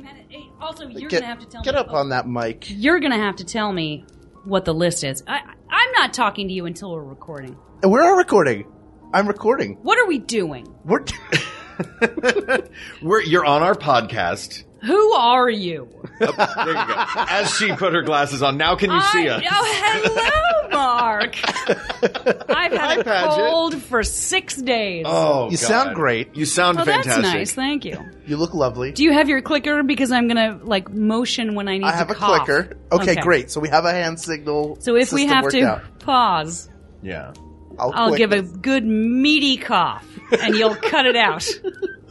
man. Hey, Also, you're get gonna have to tell get me. up on that mic. You're gonna have to tell me what the list is. I, I'm not talking to you until we're recording. And we're all recording. I'm recording. What are we doing? We're We're, you're on our podcast. Who are you? There you go. As she put her glasses on, now can you see I- us? Oh, hello, Mark. I've had a Padgett. cold for six days. Oh, You God. sound great. You sound well, that's fantastic. nice. Thank you. you look lovely. Do you have your clicker? Because I'm gonna like motion when I need I to have a cough. clicker. Okay, great. So we have a hand signal. So if we system have worked to out. pause, Yeah. I'll click give a it. good meaty cough, and you'll cut it out.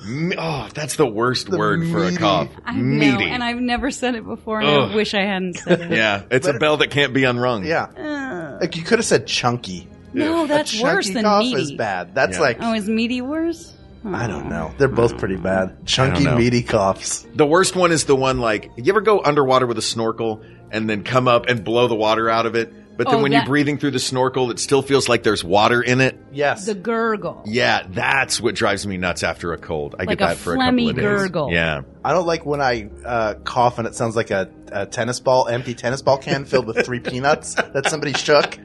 Me- oh, that's the worst word for a meaty- cough. I know, Meaty. and I've never said it before, and I Ugh. wish I hadn't said it. Uh, yeah, it's a bell that can't be unrung. Yeah, like you could have said chunky. No, that's a worse chunky than cough meaty. is bad. That's Yeah. like Oh, is meaty worse? I don't know. They're both pretty bad. Chunky know. meaty coughs. The worst one is the one like you ever go underwater with a snorkel and then come up and blow the water out of it, but then Oh, when that- you're breathing through the snorkel, it still feels like there's water in it. Yes. The gurgle. Yeah, that's what drives me nuts after a cold. I Like get a that for a phlegmy couple of days. gurgle. Yeah. I don't like when I uh, cough and it sounds like a, a tennis ball, empty tennis ball can filled with three peanuts that somebody shook.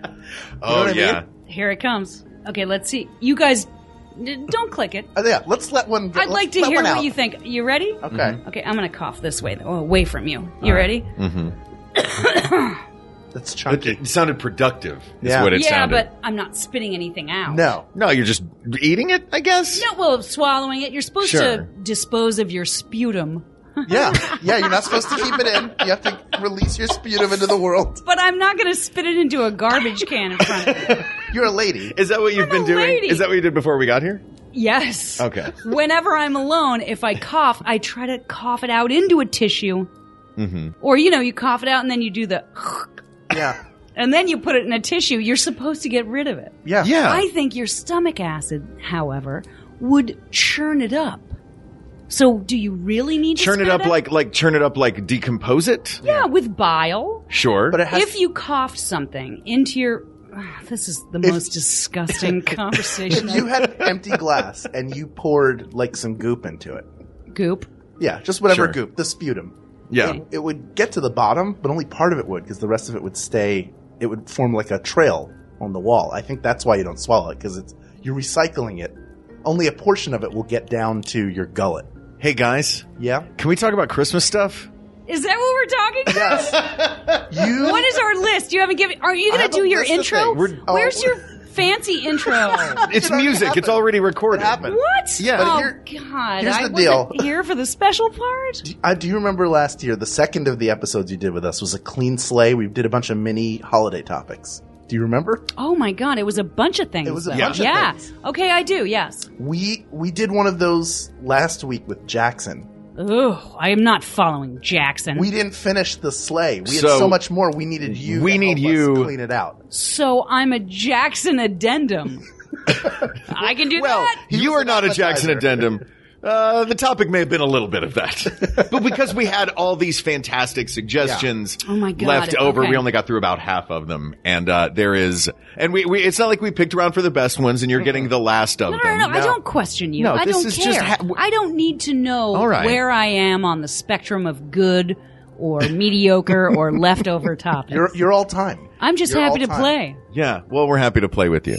Oh what I yeah. mean? Here it comes. Okay, let's see. You guys, n- don't click it. Uh, yeah, let's let one. I'd let's like to let hear one what out. you think. You ready? Okay. Mm-hmm. Okay, I'm gonna cough this way, though, away from you. You ready? Mm-hmm. That's It, chunky. it sounded productive. Is Yeah. what it yeah, sounded. but I'm not spitting anything out. No. no, you're just eating it. I guess. No, well, swallowing it. You're supposed Sure. to dispose of your sputum. Yeah. Yeah, you're not supposed to keep it in. You have to release your sputum into the world. But I'm not going to spit it into a garbage can in front of you. You're a lady. Is that what you've I'm been a doing? lady. Is that what you did before we got here? Yes. Okay. Whenever I'm alone, if I cough, I try to cough it out into a tissue. Mm-hmm. Or, you know, you cough it out and then you do the Yeah. and then you put it in a tissue. You're supposed to get rid of it. Yeah. Yeah. I think your stomach acid, however, would churn it up. So, do you really need churn to it spit up like like churn it up like decompose it. yeah, with bile? Sure. But uh, it has if you coughed something into your Ugh, this is the most disgusting conversation if you had an empty glass and you poured like some goop into it. goop Yeah, just whatever Sure. goop, the sputum. yeah. It, it would get to the bottom, but only part of it would, because the rest of it would stay. It would form like a trail on the wall. I think that's why you don't swallow it, because it's you're recycling it. Only a portion of it will get down to your gullet. Hey guys, Yeah. can we talk about Christmas stuff? is that what we're talking about You. what is our list you haven't given are you I gonna have do a your list of intro things. We're- oh. where's your fancy intro It's It already music. It's happened. already recorded. It happened. what Yeah. oh But here- god here's i the wasn't deal. here for the special part I do remember last year, the second of the episodes you did with us was a clean sleigh. We did a bunch of mini holiday topics. Do you remember? oh my god it was a bunch of things It was a though. bunch of yeah things. okay i do yes We we did one of those last week with Jackson. Ugh, i am not following jackson We didn't finish the sleigh. We had So- so much more. We needed you. We to need help us you- clean it out. so i'm a jackson addendum i can do Well, that you was are an not a Jackson appetizer. addendum. Uh, the topic may have been a little bit of that, but because we had all these fantastic suggestions Oh my God, left over, okay. we only got through about half of them, and uh, there is, and we, we, it's not like we picked around for the best ones, and you're getting the last of No, no, them. no, no, I don't question you. No, I this don't is care. just ha- w- I don't need to know All right. where I am on the spectrum of good or mediocre or leftover topics. You're you're all time. I'm just you're happy to all time. play. Yeah, well, we're happy to play with you,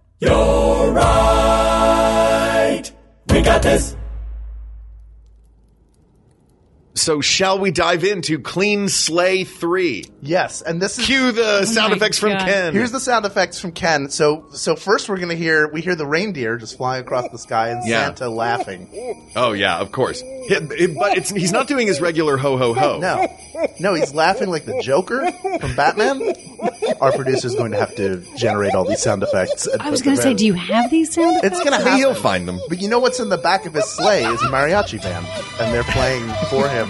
You're right. We got this. So, shall we dive into Clean Slay Three? Yes, and this is Cue the sound Oh my effects from God. Ken. here's the sound effects from Ken. So so first we're gonna hear we hear the reindeer just flying across the sky and Yeah. Santa laughing. oh yeah, of course. It- it- but it's, he's not doing his regular ho ho ho. No, no, he's laughing like the Joker from Batman. Our producer's going to have to generate all these sound effects. I was going to say, do you have these sound effects? It's going to happen. He'll find them. But you know what's in the back of his sleigh is a mariachi band, and they're playing for him.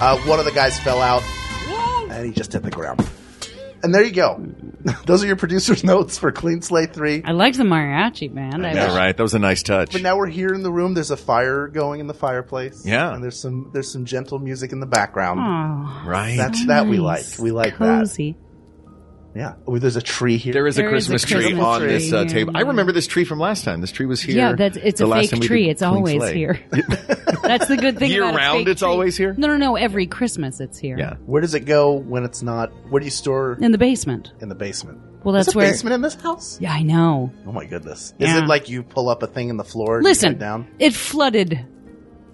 Uh, one of the guys fell out, and he just hit the ground. And there you go. Those are your producer's notes for Clean Slate 3. I liked the mariachi band. I Yeah, wish- right. That was a nice touch. But now we're here in the room. There's a fire going in the fireplace. Yeah. and there's some there's some gentle music in the background. Aw, right. That's that we like. nice. We like Cozy. that. Yeah. Oh, there's a tree here. there is a There is a Christmas tree Christmas on tree, this uh, yeah. table. I remember this tree from last time. This tree was here. Yeah, that's it's the a last fake time we tree. did It's Clean always Slate. here. That's the good thing. Year about a round, fake it's tree. always here? No, no, no. Every Christmas, it's here. Yeah. Where does it go when it's not? Where do you store in the basement. in the basement? Well, There's that's a where. basement in this house. Yeah, I know. Oh my goodness! Is Yeah. it like you pull up a thing in the floor? and you Listen, go down. it flooded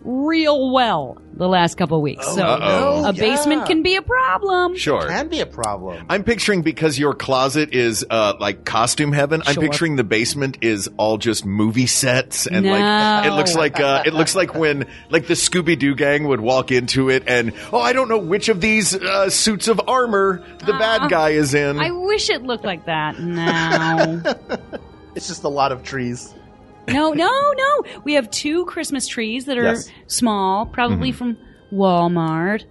real well the last couple weeks. so Oh, uh-oh. a basement Yeah. can be a problem. Sure. Can be a problem. I'm picturing because your closet is uh, like costume heaven. I'm Sure. picturing the basement is all just movie sets and No. like it looks like uh, it looks like when like the Scooby Doo gang would walk into it and oh I don't know which of these uh, suits of armor the bad guy is in. Uh, I wish it looked like that. No. It's just a lot of trees. no, no, no. We have two Christmas trees that are Yes. Mm-hmm. small, probably from Walmart.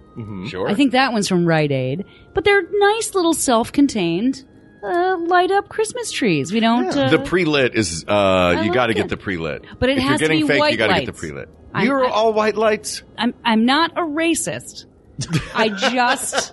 sure. I think that one's from Rite Aid. But they're nice little self contained uh, light up Christmas trees. We don't. Uh, the pre lit is uh, you like got to get it. the pre lit. But it if has to you're getting be fake, white you gotta get lights. the pre lit. I'm- You're I- all white lights. I'm, I'm not a racist. I just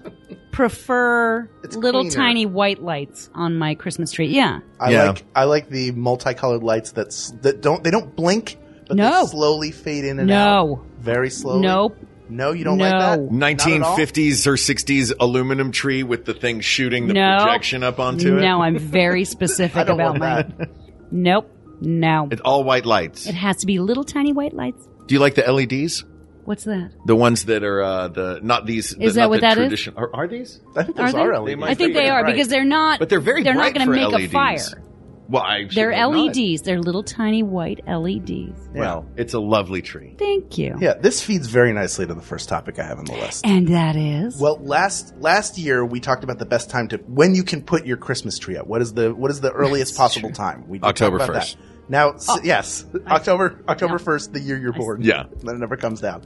prefer It's little cleaner. tiny white lights on my Christmas tree. Yeah. I Yeah. like I like the multicolored lights that s- that don't they don't blink, but No. they slowly fade in and out. No. Very slowly. Nope. No, you don't like that. No. Not at all? 1950s or 60s aluminum tree with the thing shooting the No. projection up onto it. No, I'm very specific I don't about want my. that. Nope. No. It's all white lights. It has to be little tiny white lights. Do you like the LEDs? What's that? The ones that are uh, the not these. Is the, that not what the that is? tradition- Are, are these? I think Are those they? are E They LEDs. might I think be. they are Right. because they're not. But they're very. They're not bright going to for E make a LEDs. fire. Well, I should They're E hope not. LEDs. They're little tiny white LEDs. Yeah. Well, it's a lovely tree. Thank you. Yeah, this feeds very nicely to the first topic I have on the list. And that is Well, last last year we talked about the best time to when you can put your Christmas tree up. What is the what is the earliest possible time? We did talk October about 1st. that. Now, s- Oh. yes, October October No. first, the year you're born. Yeah. that never comes down.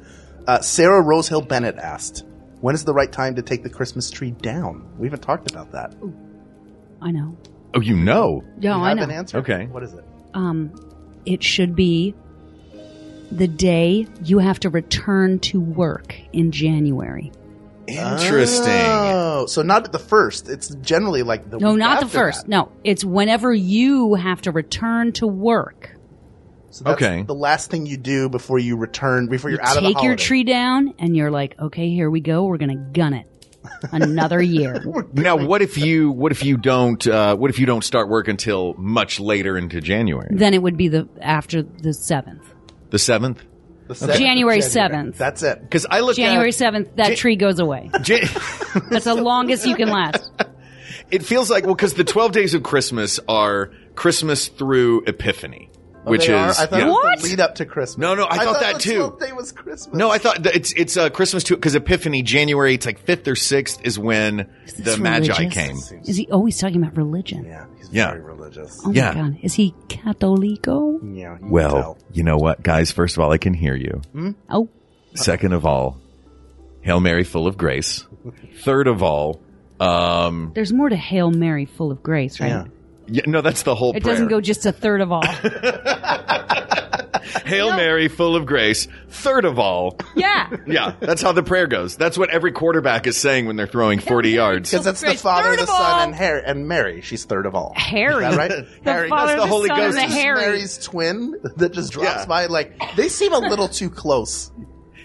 Uh, Sarah Rosehill Bennett asked, "When is the right time to take the Christmas tree down?" We haven't talked about that. I know. Oh, you know. No, you I have know. an answer. Okay. what is it? um, it should be the day you have to return to work in January. Interesting. Oh, so not the first. It's generally like the No, week not the after first. that. No, it's whenever you have to return to work. So that's Okay. The last thing you do before you return, before You you're out of the take your holiday. tree down, and you're like, okay, here we go. We're gonna gun it another year. Now, what if you what if you don't uh, what if you don't start work until much later into January, then it would be the after the seventh, the seventh? The seventh of January 7th. That's it. Because I look January at seventh. That tree goes away. Jan- That's the longest you can last. it feels like well, because the twelve days of Christmas are Christmas through Epiphany, which Oh, They are- is I thought yeah. it was What? the lead up to Christmas. No, no, I thought that the too. 12th day was Christmas. No, I thought that it's it's uh, Christmas too because Epiphany, January. It's like fifth or sixth is when the It's Magi religious. came. Is he always talking about religion? Yeah, he's Yeah. very religious. Oh Yeah. my god, is he Catolico? Yeah. you can Well, tell. you know what, guys? First of all, I can hear you. Oh, Second of all, Hail Mary, full of grace. Third of all, um, there's more to Hail Mary, full of grace, right? Yeah. yeah, no, that's the whole. It doesn't prayer. go just a third of all. Hail Mary, full of grace. Third of all, yeah. yeah, that's how the prayer goes. That's what every quarterback is saying when they're throwing forty yards. because that's the Christ, Father, third the of Son, all- and Harry and Mary. She's third of all. Harry. Is that right? The Harry. Father, That's the, the Holy Son, and Ghost. the It's Harry. Mary's twin that just drops Yeah. by. Like they seem a little too close.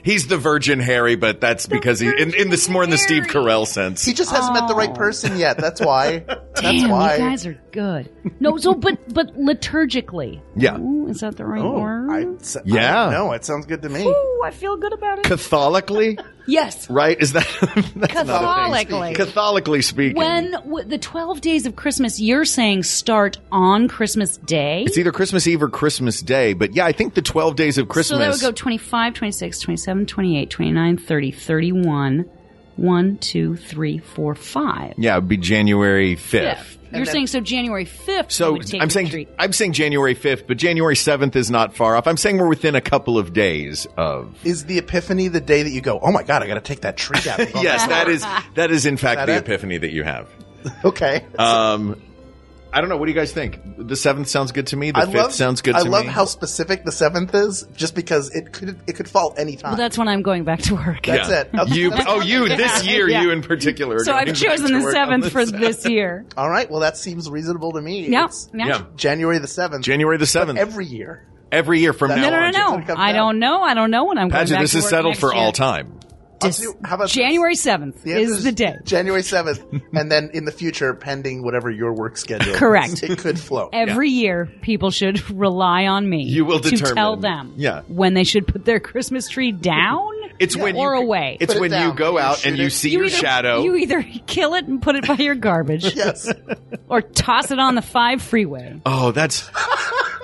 He's the Virgin Harry, but that's because he in, in this more in the Steve Virgin Carell sense. He just hasn't met the right Oh. person yet. That's why. Damn, that's why. you guys are good. No, so but but liturgically. Yeah. Ooh, is that the right Oh, word? I, s- I Yeah. No, it sounds good to me. Ooh, I feel good about it. Catholically? Yes. Right? Is that that's not a thing. Catholically. Catholically speaking, When w- the 12 days of Christmas, you're saying start on Christmas Day? it's either Christmas Eve or Christmas Day. But yeah, I think the twelve days of So Christmas. that would go 25, 26, 27, 28, 29, 30, 31, 1, 2, 3, 4, 5. yeah, it'd be January fifth. You're saying so January 5th. you So would take I'm the saying treat. I'm saying January 5th, but January 7th is not far off. I'm saying we're within a couple of days of. Is the epiphany the day that you go, oh my God, I got to take that tree down? with all Yes, that- that is that is in fact Is that the it? epiphany that you have. okay. Um, I don't know. What do you guys think? The seventh sounds good to me. The I fifth love sounds good I to love me. how specific the seventh is, just because it could it could fall any time. Well, that's when I'm going back to work. that's it. That's- You that's- oh you this Yeah, year yeah. you in particular. are So going I've back to chosen the work on 7th for seventh. this year. all right. Well, that seems reasonable to me. Yeah. It's yeah. Yeah, January the seventh. January the seventh every, every year. year from No, That's- now no, on. no, January. no. I don't know. I don't know when I'm Pageant, going back this to is work settled next for year. all time. I'll Dis- do- how about this? January 7th The answer is the day. January 7th. and then in the future, pending whatever your work schedule is, Correct. it could flow. Every year, people should rely on me. You will to determine. tell them Yeah. when they should put their Christmas tree down It's when or you, away. It's Put it when you down. go You out shoot and you it. see your either, shadow. You e- either kill it and put it by your garbage, Yes. or toss it on the five freeway. Oh, that's.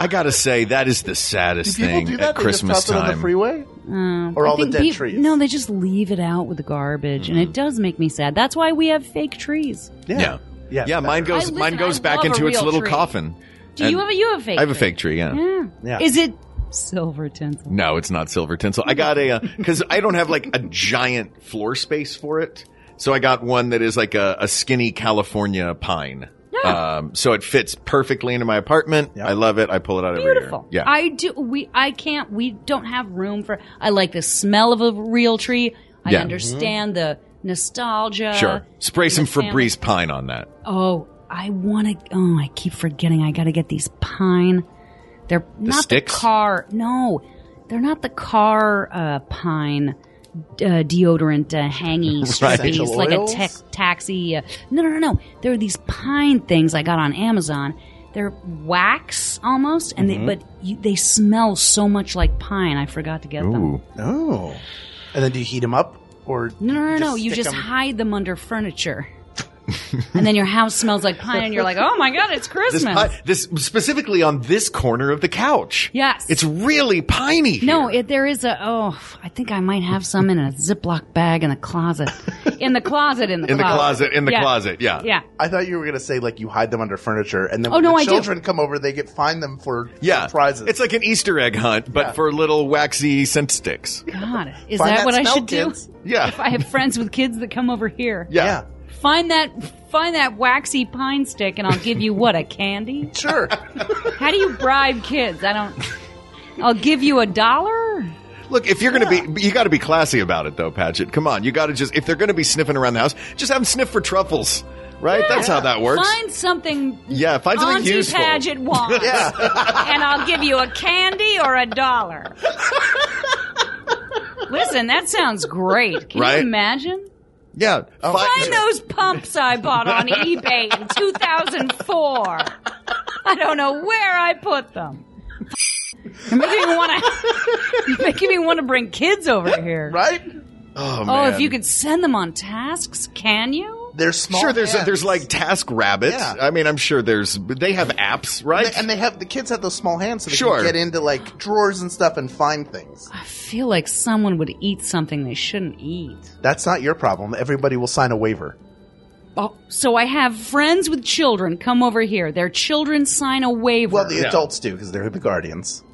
I gotta say, that is the saddest People thing do at that? They Christmas just toss it on time. the freeway? Uh, or all the dead Um, peop- trees? No, they just leave it out with the garbage, Mm-hmm. and it does make me sad. That's why we have fake trees. yeah. yeah, Yeah. Mine I- goes. listen, mine goes I back love a into its real little tree. coffin. Do And you have a Mm. you have a fake? I have a tree. fake tree. Yeah. Yeah. Yeah. Is it silver tinsel? No, it's not silver tinsel. I got a because I don't have like a giant floor space for it, so I got one that is like a, a skinny California pine. Yeah. Um, so it fits perfectly into my apartment. Yeah. I love it. I pull it out Beautiful. every year. Yeah. I do. We. I can't. We don't have room for. I like the smell of a real tree. I Yeah. understand the nostalgia. sure. Spray some the family- Febreze pine on that. Oh, I want to. Oh, I keep forgetting. I got to get these pine. They're not sticks? the car. No, they're not the car uh, pine uh, deodorant uh, hangy stripes Essential like a oils? tech taxi. Uh, no, no, no, no. There are these pine things I got on Amazon. They're wax almost, and Mm-hmm. they but you, they smell so much like pine. I forgot to get them. Ooh. Oh. And then do you heat them up? Or No, no, no, no. You stick just 'em- hide them under furniture. and then your house smells like pine, and you're like, "Oh my god, it's Christmas!" This, pi- this specifically on this corner of the couch. Yes. It's really piney. No, here. it, there is a. Oh, I think I might have some in a Ziploc bag in the closet. In the closet, in the in the closet. closet. In the Yeah. closet. Yeah. Yeah. I thought you were going to say, like, you hide them under furniture, and then Oh, when no, the I do. children come over, they get find them for Yeah. prizes. It's like an Easter egg hunt, but for little waxy scent sticks. God, is Find that, what I smell, should kids. do? Yeah. If I have friends with kids that come over here, yeah. Yeah. find that find that waxy pine stick, and I'll give you what a candy. Sure. How do you bribe kids? I don't. I'll give you a dollar. Look, if you're gonna be, you got to be classy about it, though, Paget. Come on, you got to just if they're gonna be sniffing around the house, just have them sniff for truffles, right? That's how that works. Find something. Yeah, find something Auntie useful. Paget wants, Yeah. and I'll give you a candy or a dollar. Listen, that sounds great. Can Right? Uh, you imagine? Yeah, Find those pumps I bought on eBay in 2004. I don't know where I put them. You're making me want to. You're making me want to bring kids over here. right? Oh, Oh, man. if you could send them on tasks, can you? They're small. Sure, there's hands. there's like Task Rabbit. Yeah. I mean, I'm sure there's they have apps, right? And they, and they have the kids have those small hands, so they Sure. can get into like drawers and stuff and find things. I feel like someone would eat something they shouldn't eat. That's not your problem. Everybody will sign a waiver. Oh, so I have friends with children come over here. Their children sign a waiver. Well, the Yeah. adults do because they're the guardians.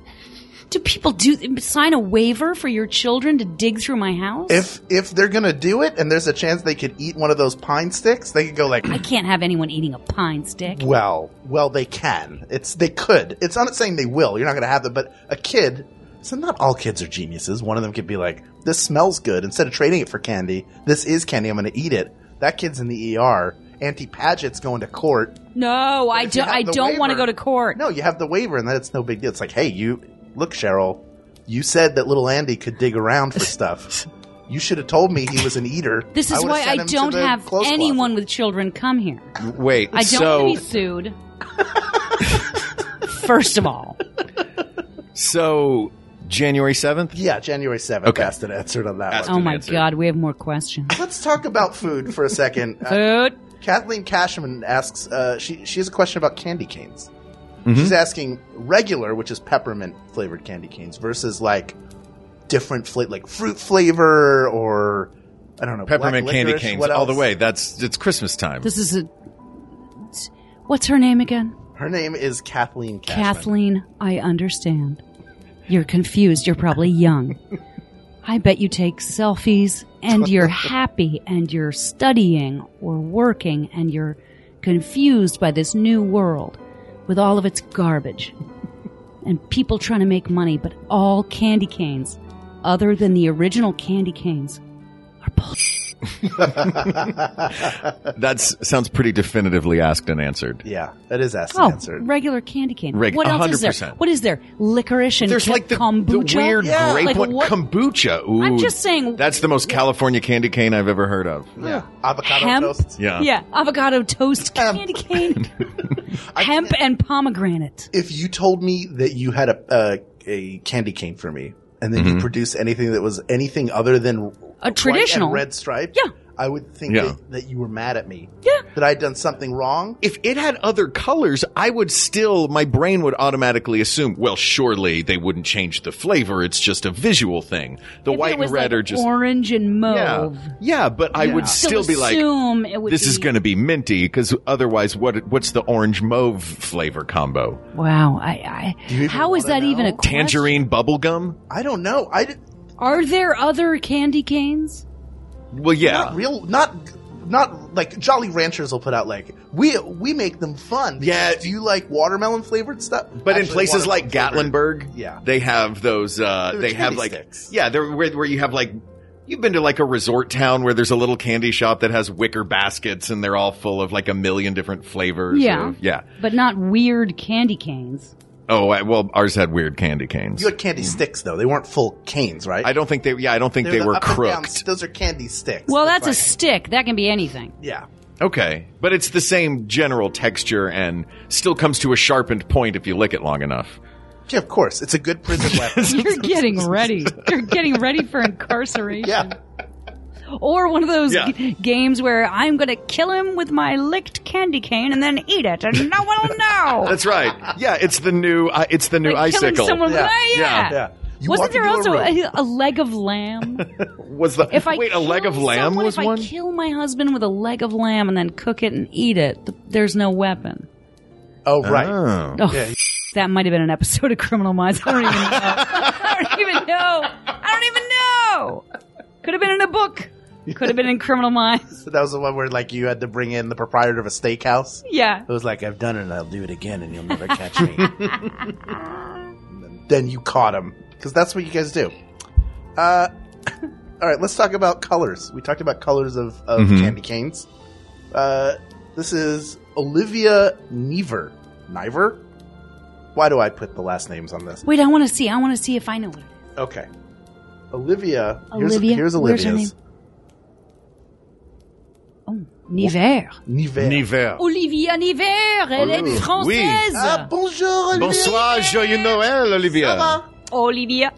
do people do sign a waiver for your children to dig through my house? If if they're gonna do it, and there's a chance they could eat one of those pine sticks, they could go like, I can't have anyone eating a pine stick. well, well, they can. It's they could. It's not saying they will. You're not gonna have them, but a kid. So not all kids are geniuses. One of them could be like, this smells good. Instead of trading it for candy, this is candy. I'm gonna eat it. That kid's in the ER. Auntie Paget's going to court. No, I if you don't. have I the don't want to go waiver- to court. No, you have the waiver, and then it's no big deal. It's like, hey, you look, Cheryl, you said that little Andy could dig around for stuff. You should have told me he was an eater. This is would've why I sent him to don't the have clothes closet. anyone with children come here. Wait, I don't so want to be sued. First of all, so January 7th? Yeah, January 7th. Okay. Asked and answered on that Asked one. Oh my answer. god, we have more questions. Let's talk about food for a second. Uh, Food. Kathleen Cashman asks, uh, she, she has a question about candy canes. Mm-hmm. She's asking regular, which is peppermint flavored candy canes, versus like different fla- like fruit flavor or I don't know black Peppermint candy licorice, canes what all the else? way. That's it's Christmas time. This is a. it's- What's her name again? Her name is Kathleen Cashman. Kathleen, I understand. You're confused. You're probably young. I bet you take selfies and you're happy and you're studying or working and you're confused by this new world with all of its garbage and people trying to make money, but all candy canes, other than the original candy canes, are bullshit. That sounds pretty definitively asked and answered. Yeah, that is asked Oh, and answered. regular candy cane. Reg- what else is there? 100%. What is there? Licorice and There's ca- like the, the kombucha. weird Yeah. grape Like one. what- Kombucha. Ooh, I'm just saying- That's the most California candy cane I've ever heard of. yeah, avocado Hemp? toast. Yeah. Yeah, avocado toast Hemp. candy cane, I hemp and pomegranate. if you told me that you had a uh, a candy cane for me, and then Mm-hmm. you produce anything that was anything other than white traditional. and red stripe, Yeah. I would think Yeah. that, that you were mad at me. Yeah. that I'd done something wrong. If it had other colors, I would still, my brain would automatically assume, well, surely they wouldn't change the flavor. It's just a visual thing. The If white it was and red like are just. orange and yeah. mauve. Yeah, but I would still, be like, assume it would this is be- going to be minty because otherwise, what what's the orange mauve flavor combo? Wow, I, you I even how is wanna that even a know? question? Tangerine bubblegum? I don't know. I did, Are there other candy canes? Well, yeah. not real, not not like Jolly Ranchers will put out like we we make them fun. Yeah. do you like watermelon flavored stuff? But in Actually, places like watermelon-flavored- Gatlinburg, Yeah. they have those. Uh, They're they have candy like sticks. yeah, they're where, where you have like you've been to like a resort town where there's a little candy shop that has wicker baskets and they're all full of like a million different flavors. Yeah. of- yeah. But not weird candy canes. Oh I, well, ours had weird candy canes. you had candy sticks though. They weren't full canes, right? Mm-hmm. I don't think they. Yeah, I don't think They're they the were up and down- crooked. Those are candy sticks. Well, that's a like- stick. That can be anything. yeah. Okay, but it's the same general texture and still comes to a sharpened point if you lick it long enough. Yeah, of course. It's a good prison weapon. You're getting ready. You're getting ready for incarceration. yeah. Or one of those Yeah. g- games where I'm going to kill him with my licked candy cane and then eat it, and no one will know. That's right. Yeah, it's the new. Uh, it's the new like killing icicle. someone. Yeah. Yeah, yeah. Yeah. Yeah. You Wasn't walk there into a also room- a, a leg of lamb? Was the If I wait a leg kill of lamb someone, was if one? I kill my husband with a leg of lamb and then cook it and eat it, th- there's no weapon. Oh, right. Oh. Oh, Yeah. that might have been an episode of Criminal Minds. I don't even know. I don't even know. I don't even know. Could have been in a book. Could have been in Criminal Minds. So that was the one where like you had to bring in the proprietor of a steakhouse. Yeah. It was like I've done it and I'll do it again and you'll never catch me. And then- then you caught him because that's what you guys do. Uh, all right, let's talk about colors. We talked about colors of, of Mm-hmm. candy canes. Uh, this is Olivia Never. Niver. Why do I put the last names on this? Wait, I want to see. I want to see if I know what it is. Okay. Olivia. Olivia? Here's, here's Where's Olivia's. her Oh, Niver. Niver. Niver. Olivia Niver, elle est Oui. française. Ah, bonjour, Olivia. Bonsoir, joyeux Noël, Olivia. Olivia.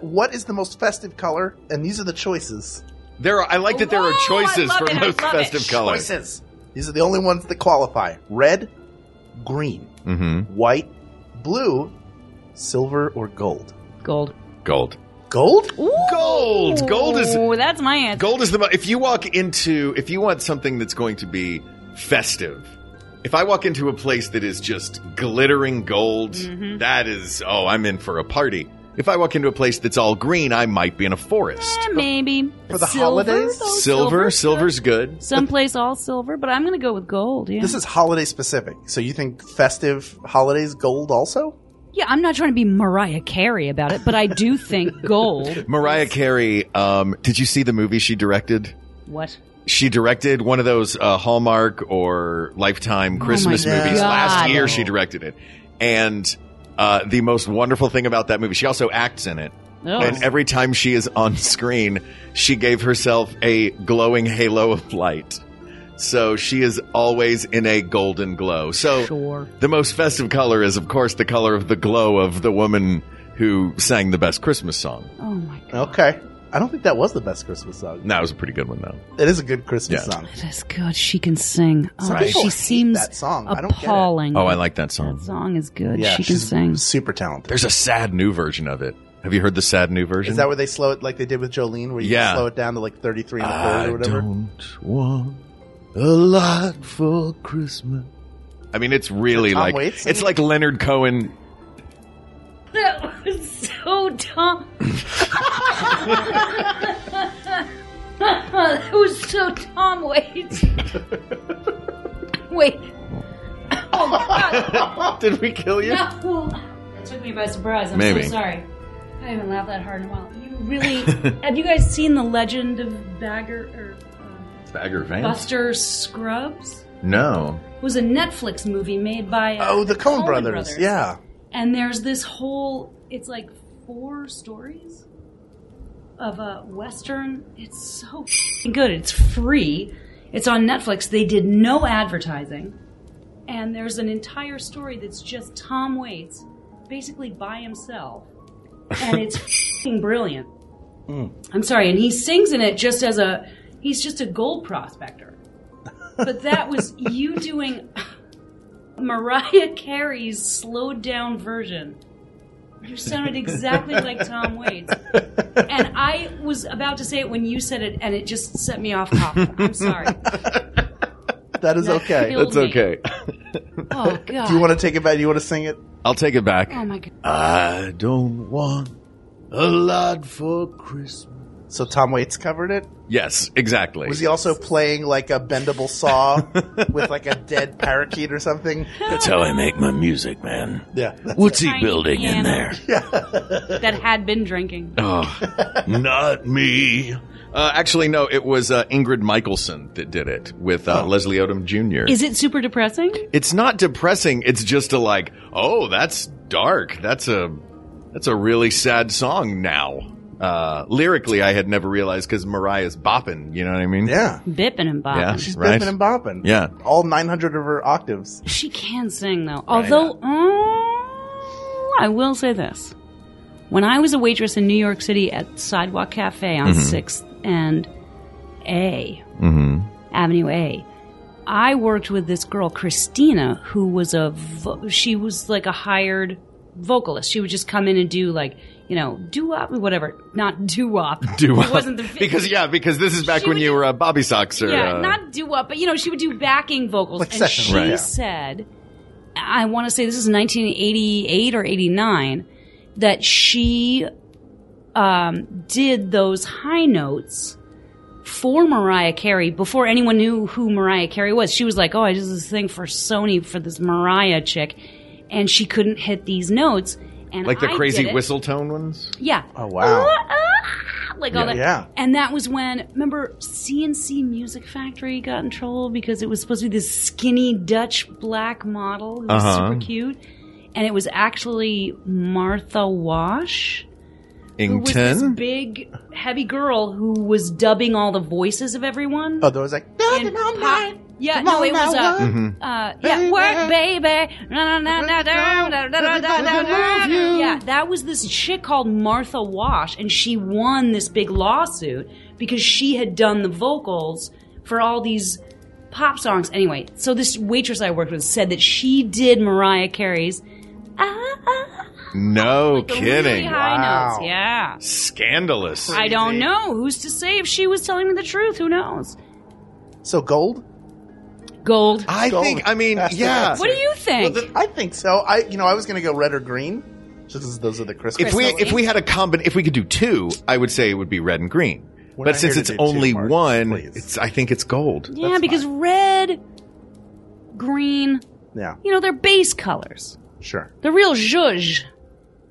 What is the most festive color? And these are the choices. There, are, I like that there Whoa, are Oh, I choices love for it, I most love it. festive colors. Choices. These are the only ones that qualify. Red, green, Mm-hmm. white, blue, silver, or gold. Gold. Gold. Gold? Gold. Gold is- Ooh, that's my answer. Gold is the. mo- If you walk into, if you want something that's going to be festive, if I walk into a place that is just glittering gold, Mm-hmm. that is, oh, I'm in for a party. If I walk into a place that's all green, I might be in a forest. Eh, maybe For the Silver, holidays? though, Silver, Oh, silver's silver's good. good. Someplace all silver, but I'm gonna go with gold. Yeah. This is holiday specific. So you think festive holidays gold also? yeah, I'm not trying to be Mariah Carey about it, but I do think gold. Mariah Carey. Um, did you see the movie she directed? What? She directed one of those uh, Hallmark or Lifetime Christmas God. movies. Last Oh God. year, she directed it, and uh, the most wonderful thing about that movie, she also acts in it. Oh. And every time she is on screen, she gave herself a glowing halo of light. So she is always in a golden glow. So Sure. the most festive color is, of course, the color of the glow of the woman who sang the best Christmas song. Oh my god. Okay. I don't think that was the best Christmas song. And that was a pretty good one, though. It is a good Christmas Yeah. song. That's good. She can sing. Oh, Some people She hate seems that song. I don't get it. appalling. Oh, I like that that song. song is good. Yeah, she can she's sing. Super talented. There's a sad new version of it. Have you heard the sad new version? Is that where they slow it like they did with Jolene, where you Yeah. Ah, slow it down to like 33 and a third I or whatever? don't want a lot for Christmas. I mean, it's really Tom like Waits? it's like Leonard Cohen. That was so dumb. that was so Tom Waits. Wait. Oh God! Did we kill you? No. That took me by surprise. I'm Maybe. so sorry. I haven't laughed that hard in a while. You really? have you guys seen the Legend of Bagger or Bagger uh, Vance? Buster Scrubs? No. It was a Netflix movie made by uh, Oh, the Coen Coen brothers. Yeah. and there's this whole it's like four stories of a western it's so f***ing good it's free it's on netflix they did no advertising and there's an entire story that's just tom waits basically by himself and it's f***ing brilliant i'm sorry and he sings in it just as a he's just a gold prospector but that was you doing Mariah Carey's slowed down version. You sounded exactly like Tom Waits. And I was about to say it when you said it, and it just set me off. Coffin. I'm sorry. That is That okay. feels- That's okay. Oh, God. Do you want to take it back? Do you want to sing it? I'll take it back. oh, my God. I don't want a lot for Christmas. So Tom Waits covered it. Yes, exactly. Was he also playing like a bendable saw with like a dead parakeet or something? That's how I make my music, man. Yeah. What's he Tiny building in piano. there? That had been drinking. Oh. Not me. Uh, actually, no, it was uh, Ingrid Michaelson that did it with Oh. uh, Leslie Odom Jr. Is it super depressing? it's not depressing. It's just a like, oh, that's dark. That's a that's a really sad song now. Uh, lyrically, I had never realized because Mariah's bopping. You know what I mean? Yeah. Bipping and bopping. Yeah. She's Right. bipping and bopping. Yeah. All 900 of her octaves. She can sing, though. Although, mm, I will say this. When I was a waitress in New York City at Sidewalk Cafe on 6th and A, Mm-hmm. Avenue A, I worked with this girl, Christina, who was a, vo- she was like a hired vocalist. She would just come in and do like, you know, doo-wop, whatever. Not doo-wop. Do uh, It wasn't the because yeah because this is back She when would you were a Bobby Sox or yeah, uh, not do up, but you know, she would do backing vocals. Like and session, she right, yeah. said, I want to say this is 1988 or 89, that she um, did those high notes for Mariah Carey before anyone knew who Mariah Carey was. She was like, oh, I did this thing for Sony for this Mariah chick, and she couldn't hit these notes. And like the I crazy did it. whistle tone ones. Yeah. Uh, Oh, wow. Like all that. Yeah. And that was when, remember, CNC Music Factory got in trouble because it was supposed to be this skinny Dutch black model who was Uh-huh. super cute. And it was actually Martha Wash, who was this Ington. big, heavy girl who was dubbing all the voices of everyone. Oh, there was like, And pop- yeah, no, it was uh, Mm-hmm. uh, yeah, work, baby. Na, na, na, na, da, da, da, da, da, da, da. Yeah, that was this chick called Martha Wash, and she won this big lawsuit because she had done the vocals for all these pop songs. Anyway, so this waitress I worked with said that she did Mariah Carey's. Ah, ah, No the really kidding. high Wow. notes. Yeah. Scandalous. I don't know. Who's to say if she was telling me the truth? Who knows? So gold? Gold. I Gold. think. I mean, That's the yeah. answer. What do you think? I think so. I, you know, I was going to go red or green. Just as those are the Christmas. If we colors. if we had a combin, if we could do two, I would say it would be red and green. We're but not since here to do it's two, only Mark, one, please. it's I think it's gold. Yeah, because red, green, yeah, you know, they're base colors. sure. The real zhuzh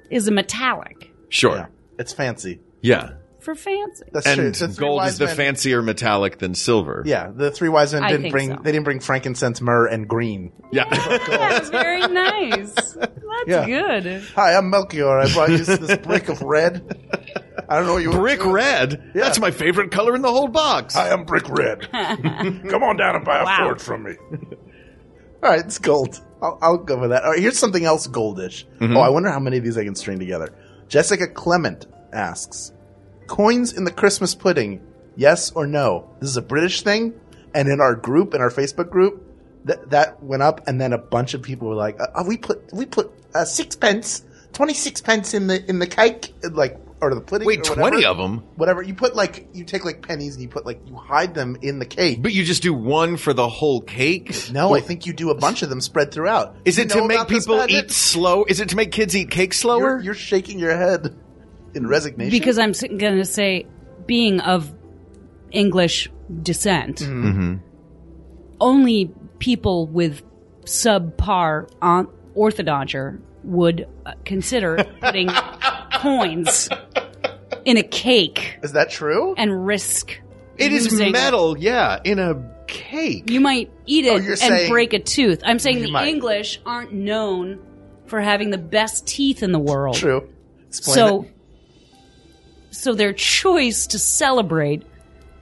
is a metallic Yeah. Sure. It's fancy. Yeah. for fancy. That's true. And It's the three gold wise is the men. fancier metallic than silver. Yeah, the three wise men I didn't think bring. so. They didn't bring frankincense, myrrh, and green. Yeah. That's very nice. That's Yeah. good. Hi, I'm Melchior. I brought you this brick of red. I don't know what you. Brick red. That's my favorite color in the whole box. Hi, I'm Brick Red. Come on down and buy a Wow. Ford from me. All right, Mm-hmm. it's gold. I'll, I'll go for that. All right, here's something else goldish. Oh, I wonder how many of these I can string together. Jessica Clement asks, coins in the Christmas pudding, yes or no? This is a British thing, and in our group, in our Facebook group, that that went up, and then a bunch of people were like, uh, "We put we put uh, sixpence, twenty six pence in the in the cake, and, like or the pudding." Wait, or whatever. 20 of them? Whatever you put, like you take like pennies and you put like you hide them in the cake. But you just do one for the whole cake? no, I think you do a bunch of them spread throughout. Is You it know to make about this people magic? eat slow? Is it to make kids eat cake slower? You're, you're shaking your head in resignation because I'm going to say, being of English descent, only people with subpar on- orthodonture would uh, consider putting coins in a cake is that true? and risk. it is losing- metal, yeah, in a cake. You might eat it Oh, you're and saying- break a tooth. I'm saying You the might. English aren't known for having the best teeth in the world. True. Explain so it. so their choice to celebrate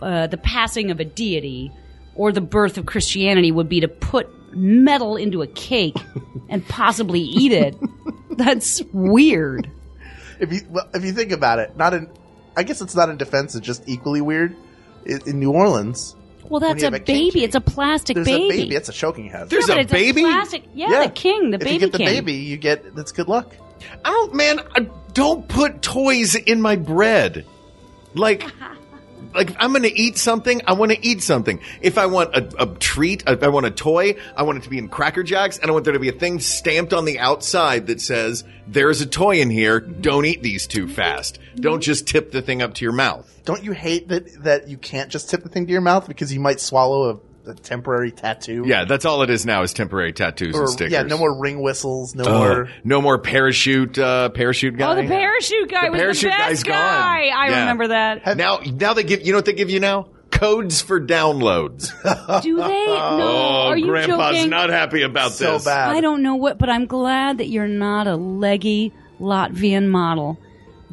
uh, the passing of a deity or the birth of christianity would be to put metal into a cake and possibly eat it that's weird if you well, if you think about it, not in. I guess it's not in defense. It's just equally weird. In, in New Orleans, well that's you a have a king baby cake, it's a plastic there's baby a baby. That's a choking hazard. There's yeah, but a it's baby? plastic, yeah, the king the if baby you get king the baby, you get that's good luck. I don't, man. I don't put toys in my bread. Like, like if I'm going to eat something. I want to eat something. If I want a, a treat, if I want a toy, I want it to be in Cracker Jacks, and I want there to be a thing stamped on the outside that says, "There's a toy in here. Don't eat these too fast. Mm-hmm. Don't just tip the thing up to your mouth." Don't you hate that that you can't just tip the thing to your mouth because you might swallow a, a temporary tattoo? Yeah, that's all it is now is temporary tattoos Or, and stickers. yeah, no more ring whistles, no Uh, more. no more parachute uh, parachute guy. oh the parachute guy The was parachute the guy's best gone. guy i Yeah. remember that Now, now they give you know what they give you now codes for downloads. do they no Oh, are you joking happy about So bad. I don't know what, but I'm glad that you're not a leggy Latvian model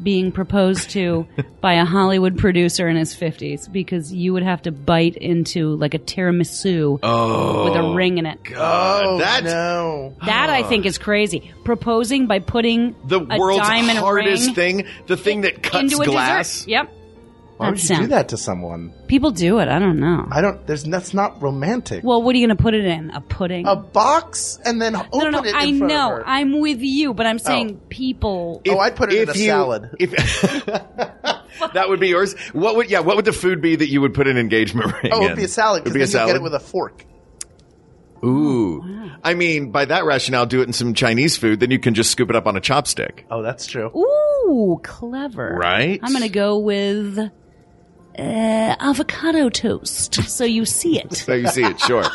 being proposed to by a Hollywood producer in his 50s because you would have to bite into like a tiramisu Oh, with a ring in it. God, Oh that's no! That I think is crazy. Proposing by putting the a world's diamond hardest ring thing. The thing that cuts into a glass. dessert. Yep. Why would That you do sound- that to someone? People do it. I don't know. I don't. There's that's not romantic. Well, what are you going to put it in? A pudding? a box and then open no, no, no. it. In I front of know. her. I'm with you, but I'm saying people. Oh, I'd put it in if a you- salad. If that would be yours. What would yeah? What would the food be that you would put an engagement ring? Oh, in? it'd be a salad. It'd Because be then a you salad. get it with a fork. Ooh, Oh, I mean, by that rationale, do it in some Chinese food. Then you can just scoop it up on a chopstick. Oh, that's true. Ooh, clever. Right? I'm going to go with uh, avocado toast. So you see it. So you see it, sure.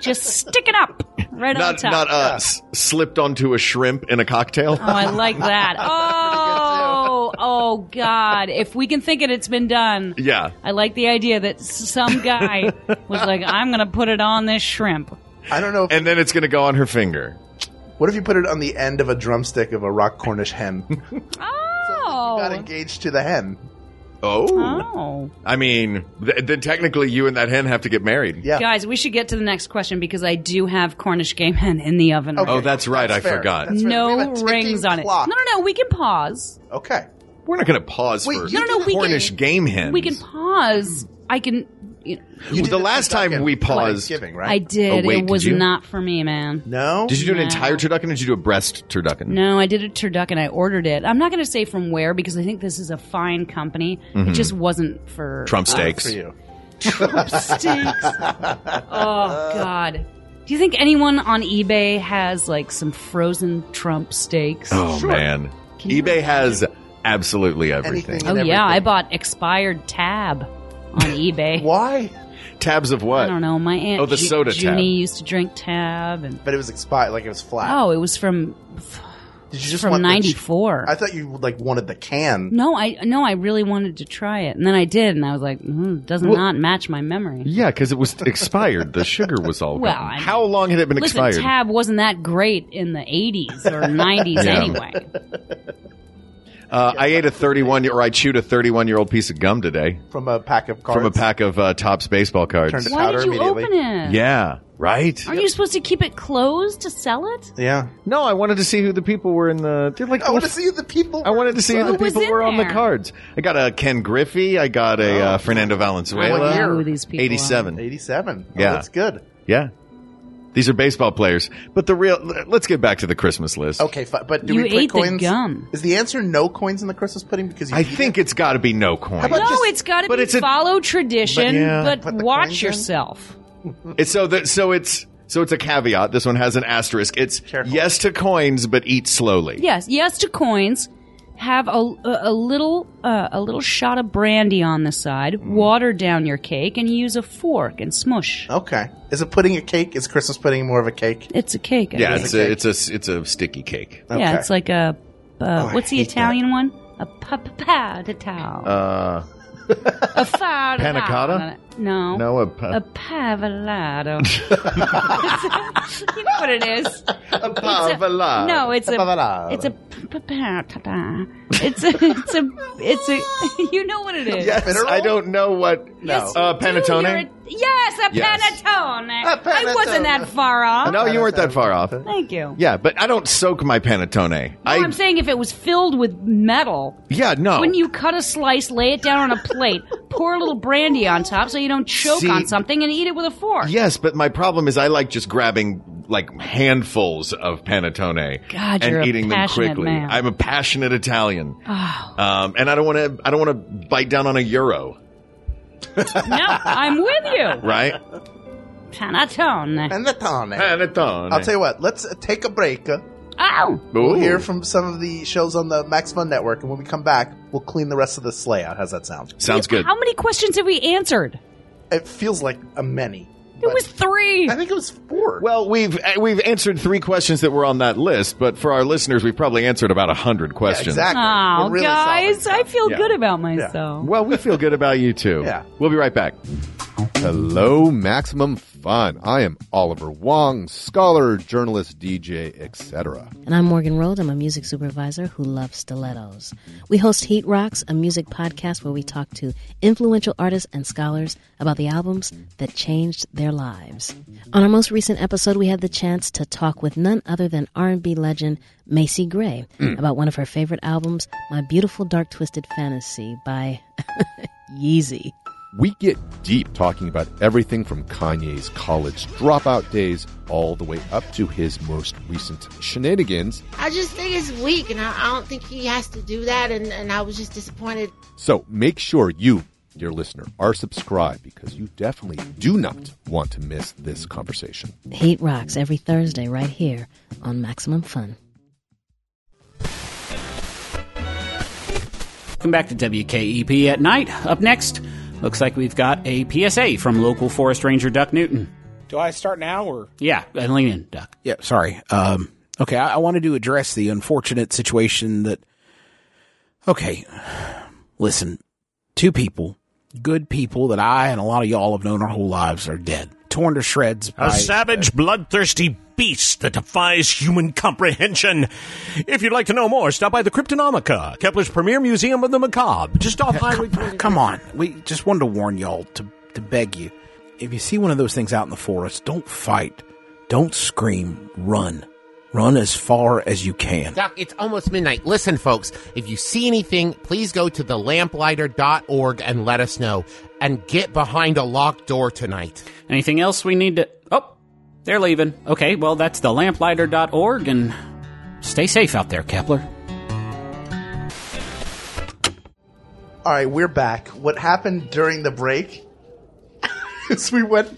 Just stick it up right on not top. not us slipped onto a shrimp in a cocktail. oh, I like that. Oh, oh, God. If we can think it, it's been done. yeah. I like the idea that s- some guy was like, I'm going to put it on this shrimp. I don't know. If, And then it's going to go on her finger. what if you put it on the end of a drumstick of a rock Cornish hen? Got Oh. engaged to the hen. Oh. Oh. I mean, th- then technically you and that hen have to get married. Yeah. Guys, we should get to the next question because I do have Cornish game hen in the oven. Oh, that's right. That's I fair. forgot. That's fair. We no have a ticking rings on it. clock. No, no, no. We can pause. Okay. We're not going to pause Wait, for you No, no, we Cornish can- game hens. We can pause. I can. You know, You did the it last for time Duncan we for paused. Thanksgiving, right? I did. Oh, wait, it did was you? not for me, man. no. Did you do an No. entire turducken or did you do a breast turducken? No, I did a turducken. I ordered it. I'm not going to say from where because I think this is a fine company. It just wasn't for Mm-hmm. Trump uh, steaks. for you? Trump steaks. oh God. Do you think anyone on eBay has like some frozen Trump steaks? Oh, man. Can you eBay has absolutely everything. Anything. Oh, and yeah, I everything. bought expired tab on eBay. Why? Tabs of I what? don't know. My aunt Oh, the Ju- soda Tab. Junie used to drink tab, and But it was expired. Like it was flat. oh, it was from did you just from want the ch- '94. I thought you like wanted the can. No, I no, I really wanted to try it, and then I did, and I was like, mm, does Well- not match my memory. Yeah, because it was expired. The sugar was all Well, I gone. mean- How long had it been Listen, expired? Tab wasn't that great in the '80s or '90s Yeah. anyway. Uh, I ate a 31 or I chewed a 31 year old piece of gum today from a pack of cards. from a pack of uh, Topps baseball Turned cards. it Why powder did you immediately. open it? Yeah, right. Aren't you supposed to keep it closed to sell it? Yeah. No, I wanted to see who the people were in the. They're like, I want to see the people. I wanted to see who Who the was people in were on the there? cards. I got a Ken Griffey. I got a Oh. uh, Fernando Valenzuela. I don't know who these people are. 87. 87. Oh, Yeah. that's good. Yeah. These are baseball players. But the real. Let's get back to the Christmas list. Okay, fi- but do You we put ate the coins? gum. Is the answer no coins in the Christmas pudding? Because you I eat think it's got to be no coin. about- But no, just- it's got to but be it's a- follow tradition, but yeah. but, Put the coins watch in. yourself. It's so that so it's so it's a caveat. This one has an asterisk. It's Careful. yes to coins, but eat slowly. Yes, yes to coins. Have a, a, a little uh, a little shot of brandy on the side. Mm. Water down your cake and use a fork and smush. it? Okay. Is a pudding a cake? Is Christmas pudding more of a cake? It's a cake. I Yeah, think. it's a it's a it's a sticky cake. Oh, yeah, okay. it's like a uh, I what's the hate Italian one? A pa de towel. Uh, a fada. Panna cotta? No. no, uh, a, A pavelado. you know what it is. a It's a- pavlova. No, it's a. Pavelado. It's a. p- p- pa- ta- ta. It's a. It's a. It's a. You know what it is. Yes, Federal? I don't know what. Yes, uh, Dude, you're panettone. a- yes, a Yes. panettone. A panettone. I wasn't that far off. No, you weren't that far off. Thank you. Yeah, but I don't soak my panettone. I No, I'm saying if it was filled with metal, yeah no. wouldn't you cut a slice, lay it down on a plate, pour a little brandy on top so you don't choke See- on something, and eat it with a fork? Yes, but my problem is I like just grabbing like handfuls of panettone God, and you're a eating them passionate quickly. man. I'm a passionate Italian, Oh, um, and I don't want to. I don't want to bite down on a euro, No, I'm with you. right? Panettone. And the tonic. panettone. I'll tell you what. Let's uh, take a break. Uh, Oh, We'll Ooh. hear from some of the shows on the Max Fun Network, and when we come back, we'll clean the rest of the sleigh out. How's that sound? Sounds good. how many questions have we answered? It feels like a many. It was three. I think it was four. Well, we've uh, we've answered three questions that were on that list, but for our listeners, we've probably answered about a hundred yeah, questions. exactly. Oh, We're really guys, solid. I feel Yeah. good about myself. Well, we feel good about you too. Yeah. We'll be right back. Hello, Maximum Fun. I am Oliver Wong, scholar, journalist, DJ, etc. And I'm Morgan Rold. I'm a music supervisor who loves stilettos. We host Heat Rocks, a music podcast where we talk to influential artists and scholars about the albums that changed their lives. On our most recent episode, we had the chance to talk with none other than R&B legend Macy Gray about one of her favorite albums, My Beautiful Dark Twisted Fantasy by Yeezy. We get deep talking about everything from Kanye's college dropout days all the way up to his most recent shenanigans. I just think it's weak, and I, I don't think he has to do that. And, and I was just disappointed. So make sure you, dear listener, are subscribed because you definitely do not want to miss this conversation. Heat Rocks every Thursday right here on Maximum Fun. Welcome back to WKEP at night. Up next, looks like we've got a PSA from local forest ranger Duck Newton. Do I start now or? Yeah, and lean in, Duck. Yeah, sorry. Um, okay, I, I wanted to address the unfortunate situation that. Okay, listen, two people, good people that I and a lot of y'all have known our whole lives are dead, torn to shreds. A by- uh, savage, bloodthirsty beast that defies human comprehension. If you'd like to know more, stop by the Cryptonomica, Kepler's premier museum of the macabre, just off Highway Come, come on, we just wanted to warn y'all to to beg you, if you see one of those things out in the forest, don't fight, don't scream, run, run as far as you can. Doc, it's almost midnight. Listen, folks, if you see anything, please go to thelamplighter.org and let us know. And get behind a locked door tonight. Anything else we need to. Oh, they're leaving. Okay, well, that's thelamplighter.org, and stay safe out there, Kepler. All right, we're back. What happened during the break is we went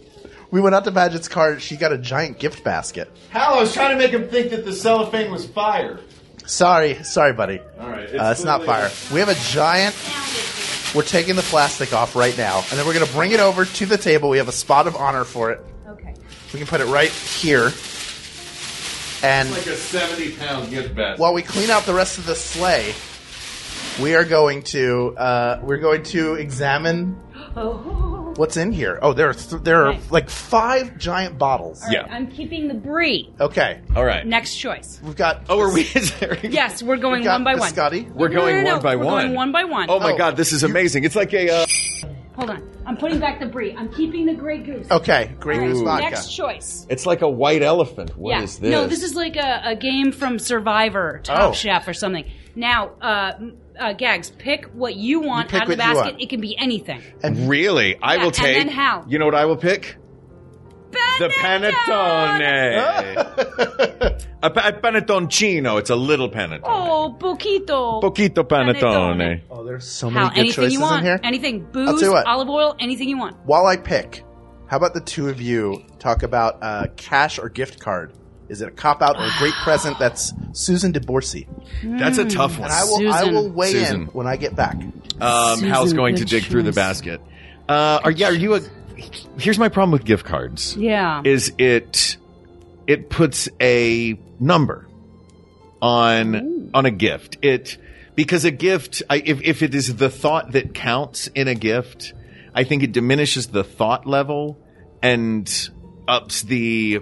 we went out to Badgett's car. She got a giant gift basket. Hal, I was trying to make him think that the cellophane was fire. Sorry, sorry, buddy. All right, it's, it's uh, it's not clearly- fire. We have a giant. We're taking the plastic off right now, and then we're gonna bring it over to the table. We have a spot of honor for it. Okay. We can put it right here. And a seventy-pound gift basket. while we clean out the rest of the sleigh, we are going to uh, we're going to examine What's in here? Oh, there are th- there are Right. like five giant bottles. All right, I'm keeping the brie. Okay. All right. Next choice. We've got. Oh, are we? Yes, we're going We've got one by the one. Scotty. We're No, going no, no, one by we're one. Going one by one. Oh, Oh my god, this is amazing. It's like a. Uh, Hold on. I'm putting back the brie. I'm keeping the Grey Goose. Okay, Grey All right, Goose vodka. Next choice. it's like a white elephant. What is yeah. this? No, this is like a, a game from Survivor, Top Oh. Chef, or something. Now, uh, m- uh, Gags, pick what you want pick out of the what you basket. want. It can be anything. really. I Yeah, will and take. then how? You know what I will pick? The panettone. a, pa- a panettoncino. It's a little panettone. Oh, poquito. Poquito panettone. Oh, there's so How? many good Anything choices you want. in here. Anything. I'll Booze, tell you what. olive oil, anything you want. While I pick, how about the two of you talk about uh, cash or gift card? Is it a cop out or a great present? That's Susan DeBorsey. That's a tough one. And I will I Susan. will weigh Susan. in when I get back. Um, Hal's going to dig through the basket. Uh, are, yeah, are you a? Here's my problem with gift cards. Yeah. is it? It puts a number on on a gift. It because a gift, I, if if it is the thought that counts in a gift, I think it diminishes the thought level and ups the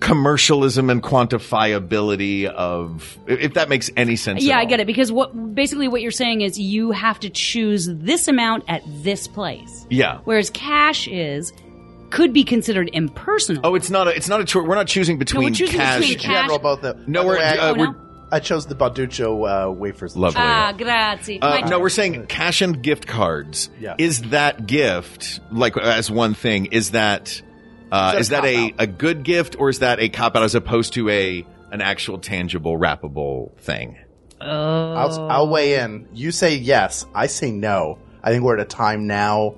commercialism and quantifiability of if- if that makes any sense at yeah, I all. get it. Because what basically what you're saying is you have to choose this amount at this place. yeah Whereas cash is could be considered impersonal. Oh, it's not a. It's not a choice. We're not choosing between choosing cash. between cash- Yeah, roll both the, No, by the we're- way, I, uh, Oh, we're- no? I chose the Balduccio uh, wafers. Lovely. Ah, grazie. Uh, My no, turn. we're saying cash and gift cards. Yeah. Is that gift like as one thing? Is that uh, Is is that that a a, a good gift or is that a cop out as opposed to a an actual tangible wrappable thing? I'll, I'll weigh Oh. in. You say yes. I say no. I think we're at a time now.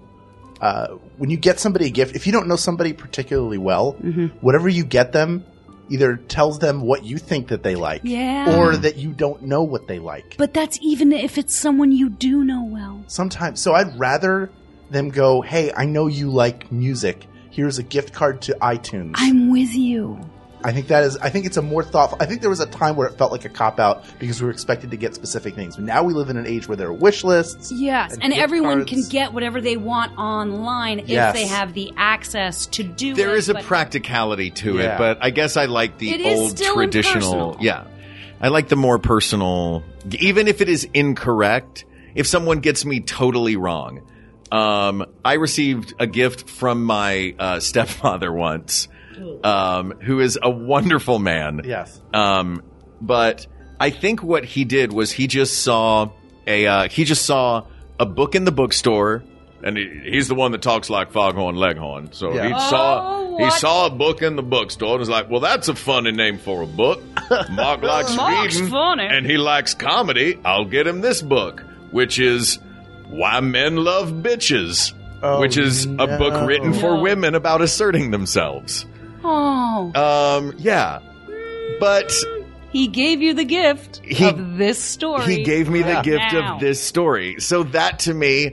Uh, when you get somebody a gift, if you don't know somebody particularly well, Mm-hmm. whatever you get them either tells them what you think that they like Yeah. or that you don't know what they like. But that's even if it's someone you do know well. Sometimes. So I'd rather them go, hey, I know you like music. Here's a gift card to iTunes. I'm with you. I think that is. I think it's a more thoughtful. I think there was a time where it felt like a cop out because we were expected to get specific things. But now we live in an age where there are wish lists. Yes, and, And gift everyone cards. can get whatever they want online Yes. if they have the access to do There it, is a but- practicality to Yeah. it, but I guess I like the It is old still traditional. impersonal. Yeah, I like the more personal. Even if it is incorrect, if someone gets me totally wrong, um, I received a gift from my uh, stepfather once, um, who is a wonderful man. Yes. Um, but I think what he did was he just saw a uh, he just saw a book in the bookstore, and he, he's the one that talks like Foghorn Leghorn. So Yeah. he Oh, saw he what? saw a book in the bookstore and was like, "Well, that's a funny name for a book." Mark likes Mark's reading, funny. and he likes comedy. I'll get him this book, which is "Why Men Love Bitches." which is a book written for No. women about asserting themselves. Oh, Um, yeah. But he gave you the gift of this story. he gave me the right gift now. of this story. So that to me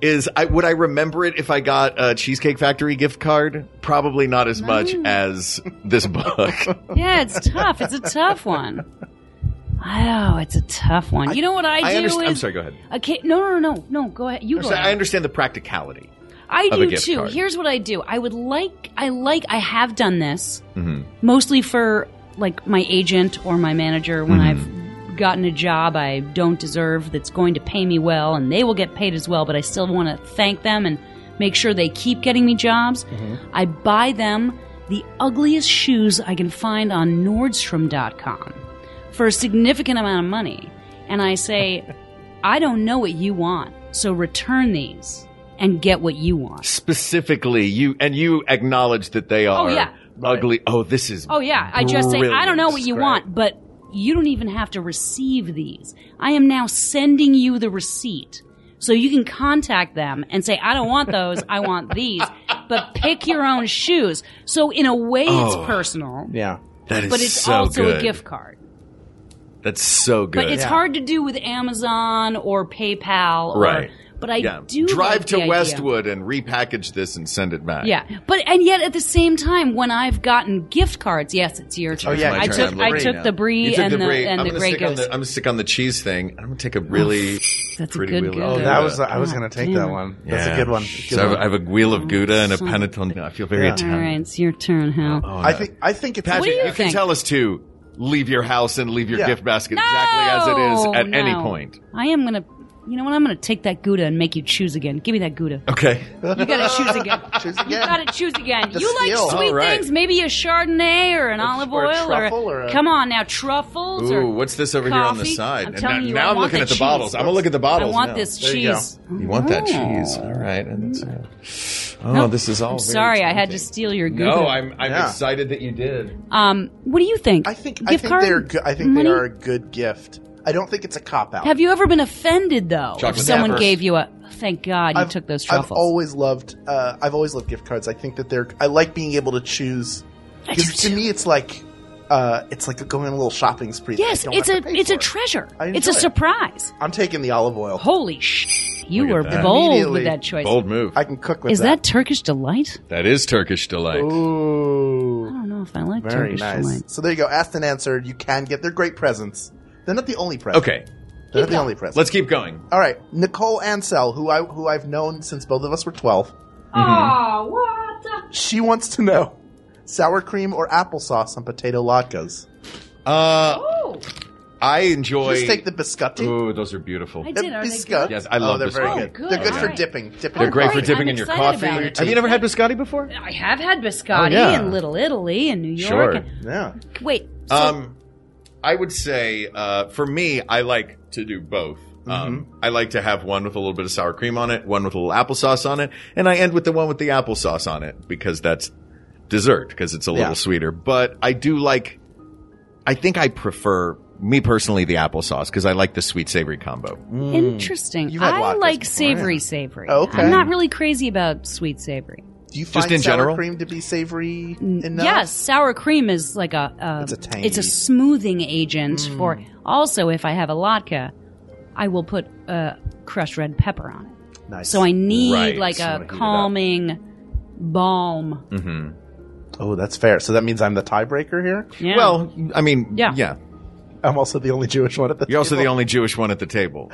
is I would I remember it if I got a Cheesecake Factory gift card? Probably not as much as this book. Yeah, it's tough. It's a tough one. Oh, it's a tough one. you know what I, do understand. is I'm sorry, go ahead. Okay, no, no, no, no, no. Go ahead. You I'm go. sorry, ahead. I understand the practicality. I of a do gift too. card. Here's what I do. I would like. I like. I have done this Mm-hmm. mostly for like my agent or my manager when Mm-hmm. I've gotten a job I don't deserve that's going to pay me well, and they will get paid as well. But I still want to thank them and make sure they keep getting me jobs. Mm-hmm. I buy them the ugliest shoes I can find on Nordstrom.com for a significant amount of money. And I say, I don't know what you want, so return these and get what you want. Specifically, you and you acknowledge that they are Oh, yeah. ugly. Oh, this is Oh, yeah. I just say, I don't know what you Brilliant. want, but you don't even have to receive these. I am now sending you the receipt. So you can contact them and say, I don't want those, I want these, but pick your own shoes. So in a way, Oh. it's personal. Yeah. That is but it's so also good. a gift card. That's so good. But it's hard to do with Amazon or PayPal or Right. But I do drive like to the idea. Westwood and repackage this and send it back. Yeah, but and yet at the same time, when I've gotten gift cards, yes, it's your turn. Oh, It's my I turn. took I'm I looking took now. the brie You took and the, brie. and I'm the gonna gray stick on goose. the- I'm gonna stick on the cheese thing. I'm gonna take a really That's a pretty good wheel Gouda. of Oh, Gouda. that was- I was gonna take that one. That's a good one. Good so I have- one. I have a wheel of Gouda and a Some- panettone. I feel very All Italian. right, it's your turn, Hal. I think- I think it's Patrick, what do you, you, can think? tell us to leave your house and leave your Yeah. gift basket exactly as it No, is at any no. point. I am gonna. You know what? I'm gonna take that Gouda and make you choose again. Give me that Gouda. Okay. You gotta choose again. choose You gotta choose again. The you like skill. sweet All right. things, maybe a Chardonnay or an olive or a oil or, truffle or a- come on now, truffles. or Ooh, what's this over here on the coffee? side? I'm And telling now you, now I I'm want looking the at the bottles. cheese. I'm gonna look at the bottles. I want now. this There you go. cheese. You, want that Ooh. cheese? All right. And that's, uh, oh, Oh. No, this is all. I'm very sorry, I had to steal your Gouda. No, I'm I'm excited that you did. Um, what do you think? I think gift I think card they're good. I think money? they are a good gift. I don't think it's a cop out. Have you ever been offended though? Chocolate if someone peppers. gave you a thank God you I've- took those I've truffles. always loved. Uh, I've always loved gift cards. I think that they're. I like being able to choose. 'cause to me, it's like uh, it's like going on a little shopping spree. that I yes, don't it's have a to pay it's a for. treasure. I It's a enjoy it. surprise. I'm taking the olive oil. Holy sh! You were that. bold Immediately- with that choice. Bold move. I can cook with Is that that. Turkish delight? That is Turkish delight. Ooh. I don't know if I like Very Turkish nice. delight. So there you go. Asked and answered. You can get. They're great presents. They're not the only present. Okay, They're not the only present. let's keep going. All right, Nicole Ansel, who I who I've known since both of us were twelve. Oh, what? the- She wants to know sour cream or applesauce on potato latkes. Uh, Oh, I enjoy. Just take the biscotti. Ooh, those are beautiful. I did. Are they Biscotti. good? Yes, I Oh, love they're this very one. good. Oh, good. They're good for Alright. dipping. Dipping. They're great for great. dipping I'm in your excited coffee. about it. Have you never had biscotti before? I have had biscotti Oh, yeah. in Little Italy in New York. Sure. Yeah. Wait, so Um, I would say uh, for me, I like to do both. Um, Mm-hmm. I like to have one with a little bit of sour cream on it, one with a little applesauce on it, and I end with the one with the applesauce on it because that's dessert because it's a little Yeah. sweeter. But I do like. I think I prefer me personally the applesauce because I like the sweet savory combo. interesting. You've had I latkes like before, savory, yeah. savory. Oh, okay. I'm not really crazy about sweet savory. Do you find Just in sour general? cream to be savory enough? Yes, sour cream is like a, a It's a tangy. it's a smoothing agent for. Also, if I have a latke, I will put uh, crushed red pepper on it. Nice. So I need Right, like you wanna a heat it up. calming balm. Mm-hmm. oh, that's fair. So that means I'm the tiebreaker here. Yeah. Well, I mean, Yeah. yeah. I'm also the only Jewish one at the. You're also the table. only Jewish one at the table.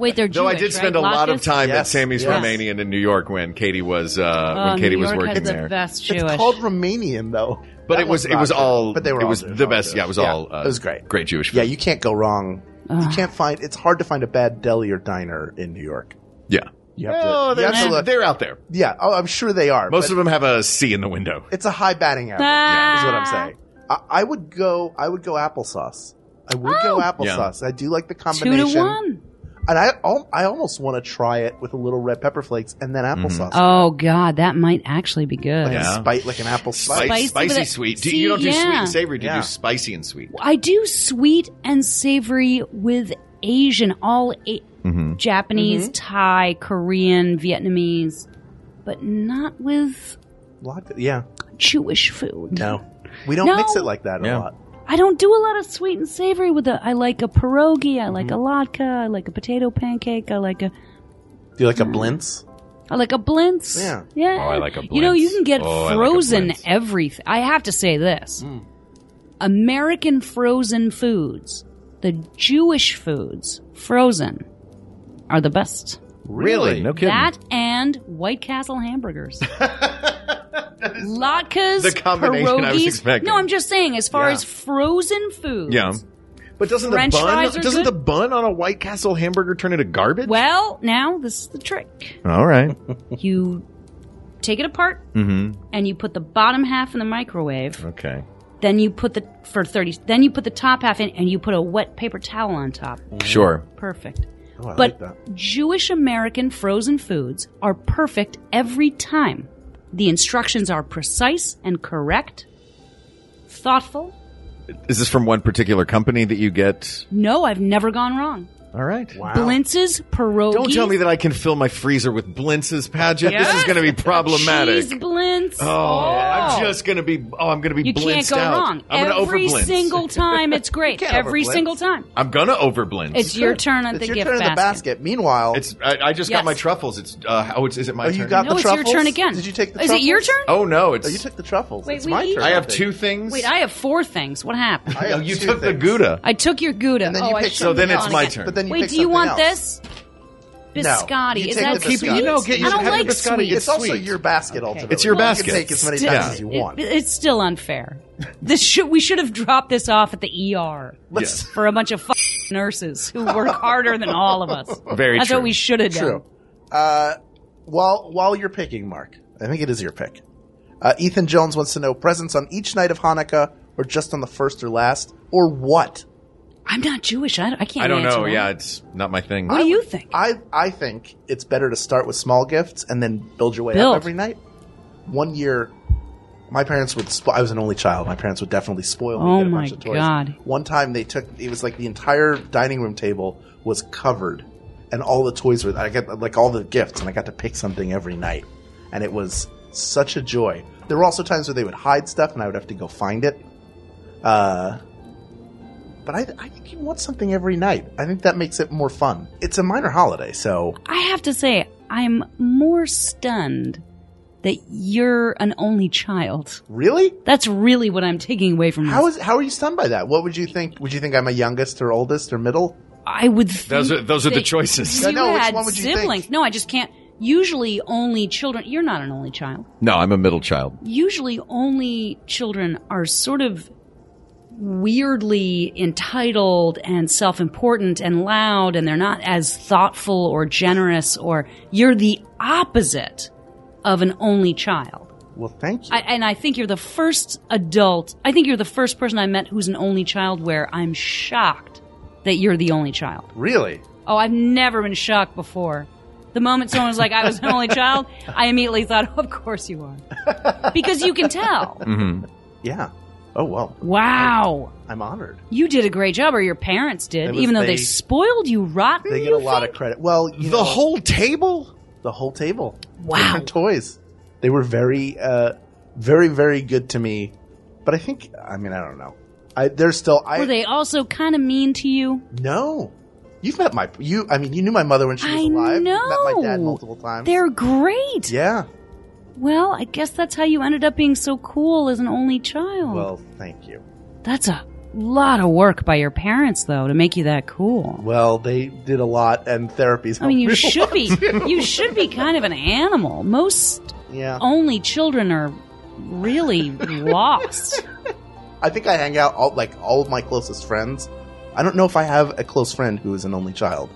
wait, they're Jewish, Though I did spend right? a lot of Latkes? time Yes, at Sammy's yes. Romanian in New York when Katie was uh, Oh, when Katie New was York working has there. the best Jewish. It's called Romanian though. But That it one's was it not was Jewish. all. But they were it all was Jewish, the all best. Jewish. Yeah, it was all. Uh, it was great. Great Jewish. Yeah, food. you can't go wrong. You Ugh. can't find. It's hard to find a bad deli or diner in New York. yeah. You have Well, to. You they're, have to look. they're out there. Yeah. Oh, I'm sure they are. Most but of them have a C in the window. it's a high batting average. Ah. Is what I'm saying. I, I would go. I would go applesauce. I would go Oh. applesauce. I do like the two combination. to one. And I, al- I almost want to try it with a little red pepper flakes and then applesauce. Oh God, that might actually be good. Like Mm-hmm. Yeah. a spite, like an apple spice. Spicy Spicy, with spicy a- sweet. Do, See, you don't do sweet yeah. and savory. Do you Yeah. do spicy and sweet? I do sweet and savory with Asian, all a- Mhm. Japanese, Mm-hmm. Thai, Korean, Vietnamese, but not with Latke- Yeah. Jewish food. No. We don't No. mix it like that a Yeah. lot. I don't do a lot of sweet and savory with a. I like a pierogi. I Mm-hmm. like a latke. I like a potato pancake. I like a. Do you like a Mm. blintz? I like a blintz. Yeah. Yeah. Oh, I like a You know, you can get blintz. Oh, I like a frozen blintz. everything. I have to say this Hmm. American frozen foods, the Jewish foods, frozen, are the best. Really? No kidding. That and White Castle hamburgers. Latkes, the combination I was pierogies. expecting. No, I'm just saying, as far Yeah. as frozen foods. yeah. But doesn't French the bun fries are doesn't good. the bun on a White Castle hamburger turn into garbage? Well, now this is the trick. All right. You take it apart Mm-hmm. and you put the bottom half in the microwave. Okay. Then you put the for 30. Then you put the top half in and you put a wet paper towel on top. Sure. Perfect. Oh, I like but that. Jewish American frozen foods are perfect every time. The instructions are precise and correct. Thoughtful. Is this from one particular company that you get? No, I've never gone wrong. All right. Wow. Blintz's pierogi. Don't tell me that I can fill my freezer with Blintz's pageant. This is going to be problematic. Cheese Blintz. Oh, I'm just going to be. Oh, I'm going to be. You can't blitzed go out. wrong. I'm going to Every overblintz. single time, it's great. can't Every overblintz. single time. I'm going to overblintz. It's your turn at It's the your gift turn in the basket. basket. Meanwhile, It's. I, I just Yes. got my truffles. It's. Uh, oh, it's, is it my Oh, turn? you got No, the it's truffles. your turn again. Did you take the Is it your turn? Oh no, it's. Oh, you took the truffles. Wait, it's we my each- turn. I have think. two things. Wait, I have four things. What happened? Oh. I Oh, have you two took the things. Gouda. I took your Gouda. And then oh, you I picked shouldn't So then have it's gone my again. turn. But then you Wait, picked do you something want this? else. No. Biscotti. You Is take that the sweet? biscotti. You know, get I your- don't have your like biscotti. sweet. It's It's also sweet. your basket ultimately. It's your You can basket. take as many Still- times as you want. it- it's still unfair. This should, we should have dropped this off at the ER Let's- for a bunch of f- nurses who work harder than all of us. Very That's true. what we should have done. True. Uh, while while you're picking, Mark, I think it is your pick. Uh, Ethan Jones wants to know presents on each night of Hanukkah, or just on the first or last, or what? I'm not Jewish. I, don't- I can't. I don't answer know. that. Yeah, it's not my thing. What do you think? I I think it's better to start with small gifts and then build your way Build. up every night. One year, my parents would. Spo- I was an only child. My parents would definitely spoil me. Oh get a my bunch of toys. God. One time they took. It was like the entire dining room table was covered, and all the toys were. I got like all the gifts, and I got to pick something every night, and it was such a joy. There were also times where they would hide stuff, and I would have to go find it. Uh, but I, I think you want something every night. I think that makes it more fun. It's a minor holiday, so I have to say, I'm more stunned that you're an only child. really, That's really what I'm taking away from this. how is how are you stunned by that? What would you think? Would you think I'm a youngest or oldest or middle? I would. Think Those are those are the that choices. I You know, which had one would you think? siblings. No, I just can't. Usually, only children. You're not an only child. No, I'm a middle child. usually only children are sort of weirdly entitled and self-important and loud and they're not as thoughtful or generous or you're the opposite of an only child Well, thank you. I, and i think you're the first adult i think you're the first person i met who's an only child where i'm shocked that you're the only child really? Oh, I've never been shocked before. The moment someone was like, I was an only child, I immediately thought, oh, of course you are. Because you can tell. Mm. Yeah. Oh well, Wow. I'm honored. You did a great job, or your parents did, It was even though they, they- spoiled you rotten. They get you a lot think? of credit. Well, you know, The whole table. the whole table. Wow. Different toys. They were very, uh, very, very good to me. But I think, I mean, I don't know. I, they're still. I, Were they also kind of mean to you? No. You've met my you. I mean, you knew my mother when she was I alive. know. Met my dad multiple times. They're great. yeah. Well, I guess that's how you ended up being so cool as an only child. Well, thank you. that's a lot of work by your parents, though, to make you that cool. Well, they did a lot, and therapies. I mean, you helped me a should lot, be. too. You should be kind of an animal. Most Yeah. only children are really lost. I think I hang out all like all of my closest friends. I don't know if I have a close friend who is an only child.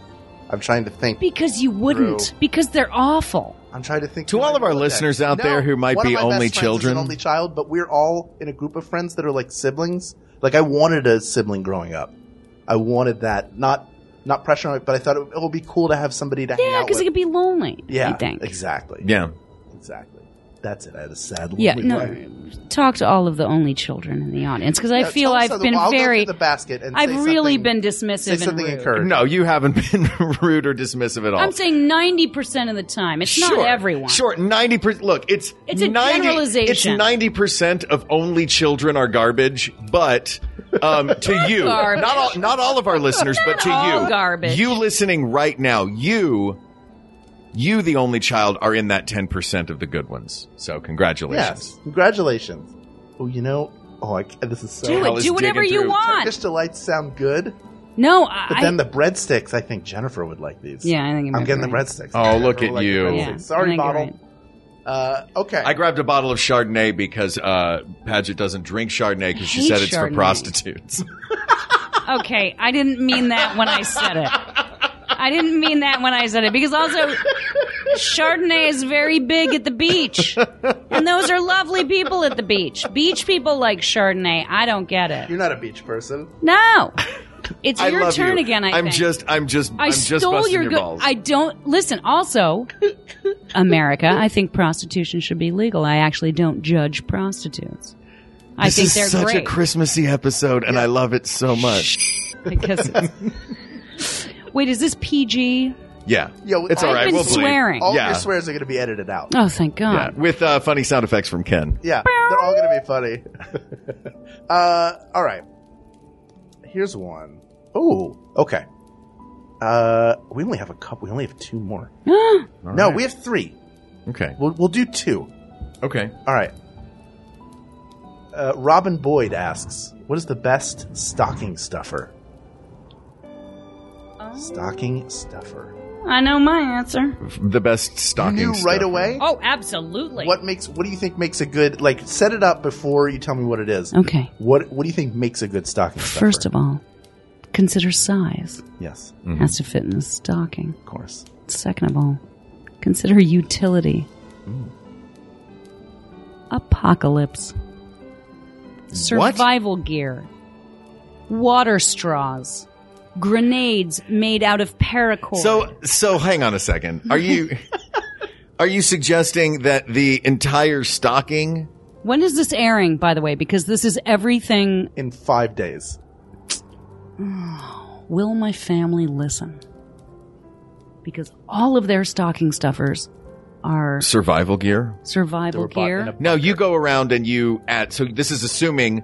I'm trying to think. Because you wouldn't. True. Because they're awful. I'm trying to think. To who all I of our know that- listeners out No, there who might one of be my only best friends is an children. only child, but we're all in a group of friends that are like siblings. Like I wanted a sibling growing up. I wanted that, not not pressure on it, but I thought it, it would be cool to have somebody to hang Yeah, out with. because it could be lonely. yeah, I think. exactly. Yeah. exactly. That's it. I had a sad. Yeah, lonely no. life. Talk to all of the only children in the audience because I No, feel tell us I've something. been Well, I'll go very. through the basket and say I've really something- been say dismissive something and rude. encouraging. No, you haven't been rude or dismissive at all. I'm saying ninety percent of the time. It's sure, not everyone. Sure, ninety percent. Look, it's It's a 90 generalization. It's ninety percent of only children are garbage, but um, to you, Garbage. not all, not all of our listeners, but to all you, garbage. You listening right now, you, you, the only child, are in that ten percent of the good ones. So congratulations. Yes, congratulations. Oh, you know, oh, I, this is so. Do Hell it. is Do digging whatever you through. want. Turkish delights sound good, No, but I. then the breadsticks. I think Jennifer would like these. yeah, I think I'm getting right. the breadsticks. Oh, look Jennifer would at like the you. breadsticks. Yeah, I Sorry, think you're bottle. right. Uh, okay. I grabbed a bottle of Chardonnay because uh, Paget doesn't drink Chardonnay because she hate said it's for Chardonnay. prostitutes. Okay, I didn't mean that when I said it. I didn't mean that when I said it because also Chardonnay is very big at the beach. And those are lovely people at the beach. Beach people like Chardonnay. I don't get it. You're not a beach person. No. It's I your love turn you. again, I I'm think. just, I'm just, I am just stole busting your your, good. balls. I don't listen. Also, America, I think prostitution should be legal. I actually don't judge prostitutes. I this think is they're such great. a Christmassy episode, and I love it so much. because it's- Wait, is this PG? Yeah. Yeah, it's all I've right. been we'll bleep. Oh. swearing. All yeah. your swears are going to be edited out. Oh, thank God. Yeah, with uh, funny sound effects from Ken. Yeah, they're all going to be funny. uh, all right. Here's one. Oh, okay. Uh, we only have a couple. We only have two more. no, right. we have three. Okay. We'll, we'll do two. Okay. All right. Uh, Robin Boyd asks, "What is the best stocking stuffer?" Um, Stocking stuffer. I know my answer. The best stocking. You knew right stuffer. away. Oh, absolutely. What makes? What do you think makes a good? Like, set it up before you tell me what it is. Okay. What What do you think makes a good stocking stuffer? First of Mm. all, consider size. Yes. Mm-hmm. Has to fit in the stocking. Of course. Second of all, consider utility. Mm. Apocalypse. Survival gear. Water straws. Grenades made out of paracord. So so hang on a second. Are you are you suggesting that the entire stocking when is this airing, by the way? Because this is everything. In five days. Will my family listen? Because all of their stocking stuffers are survival gear? survival gear. No, you go around and you at so this is assuming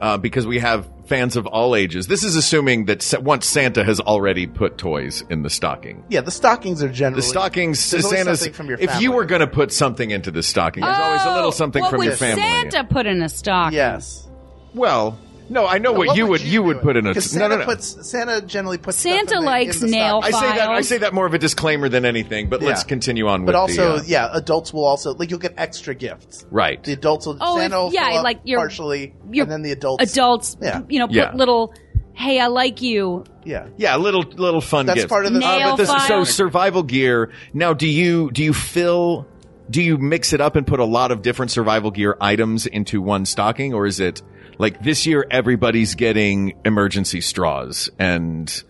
uh, because we have fans of all ages. This is assuming that sa- once Santa has already put toys in the stocking. Yeah, the stockings are generally The stockings, There's always Santa's. something from your if you family. were going to put something into the stocking, there's always a little something Oh, what from would your family. Santa put in a stocking? Yes. Well, no, I know No, what, what you would would you you would put in a Because no, Santa no, no. puts Santa generally puts stuff Santa in the- likes in the nail I stocking. files. say that I say that more of a disclaimer than anything, but let's Yeah. continue on with But also, the uh, yeah, adults will also like you'll get extra gifts. right. The adults will Oh, Santa if- will yeah, fill up like your- partially, your and then the adults. Adults, Yeah. you know, put Yeah. little, hey, I like you. yeah, Yeah, little little fun That's gifts. part of the- Nail but this, so file. survival gear. Now, do you do you fill do you mix it up and put a lot of different survival gear items into one stocking or is it like this year everybody's getting emergency straws and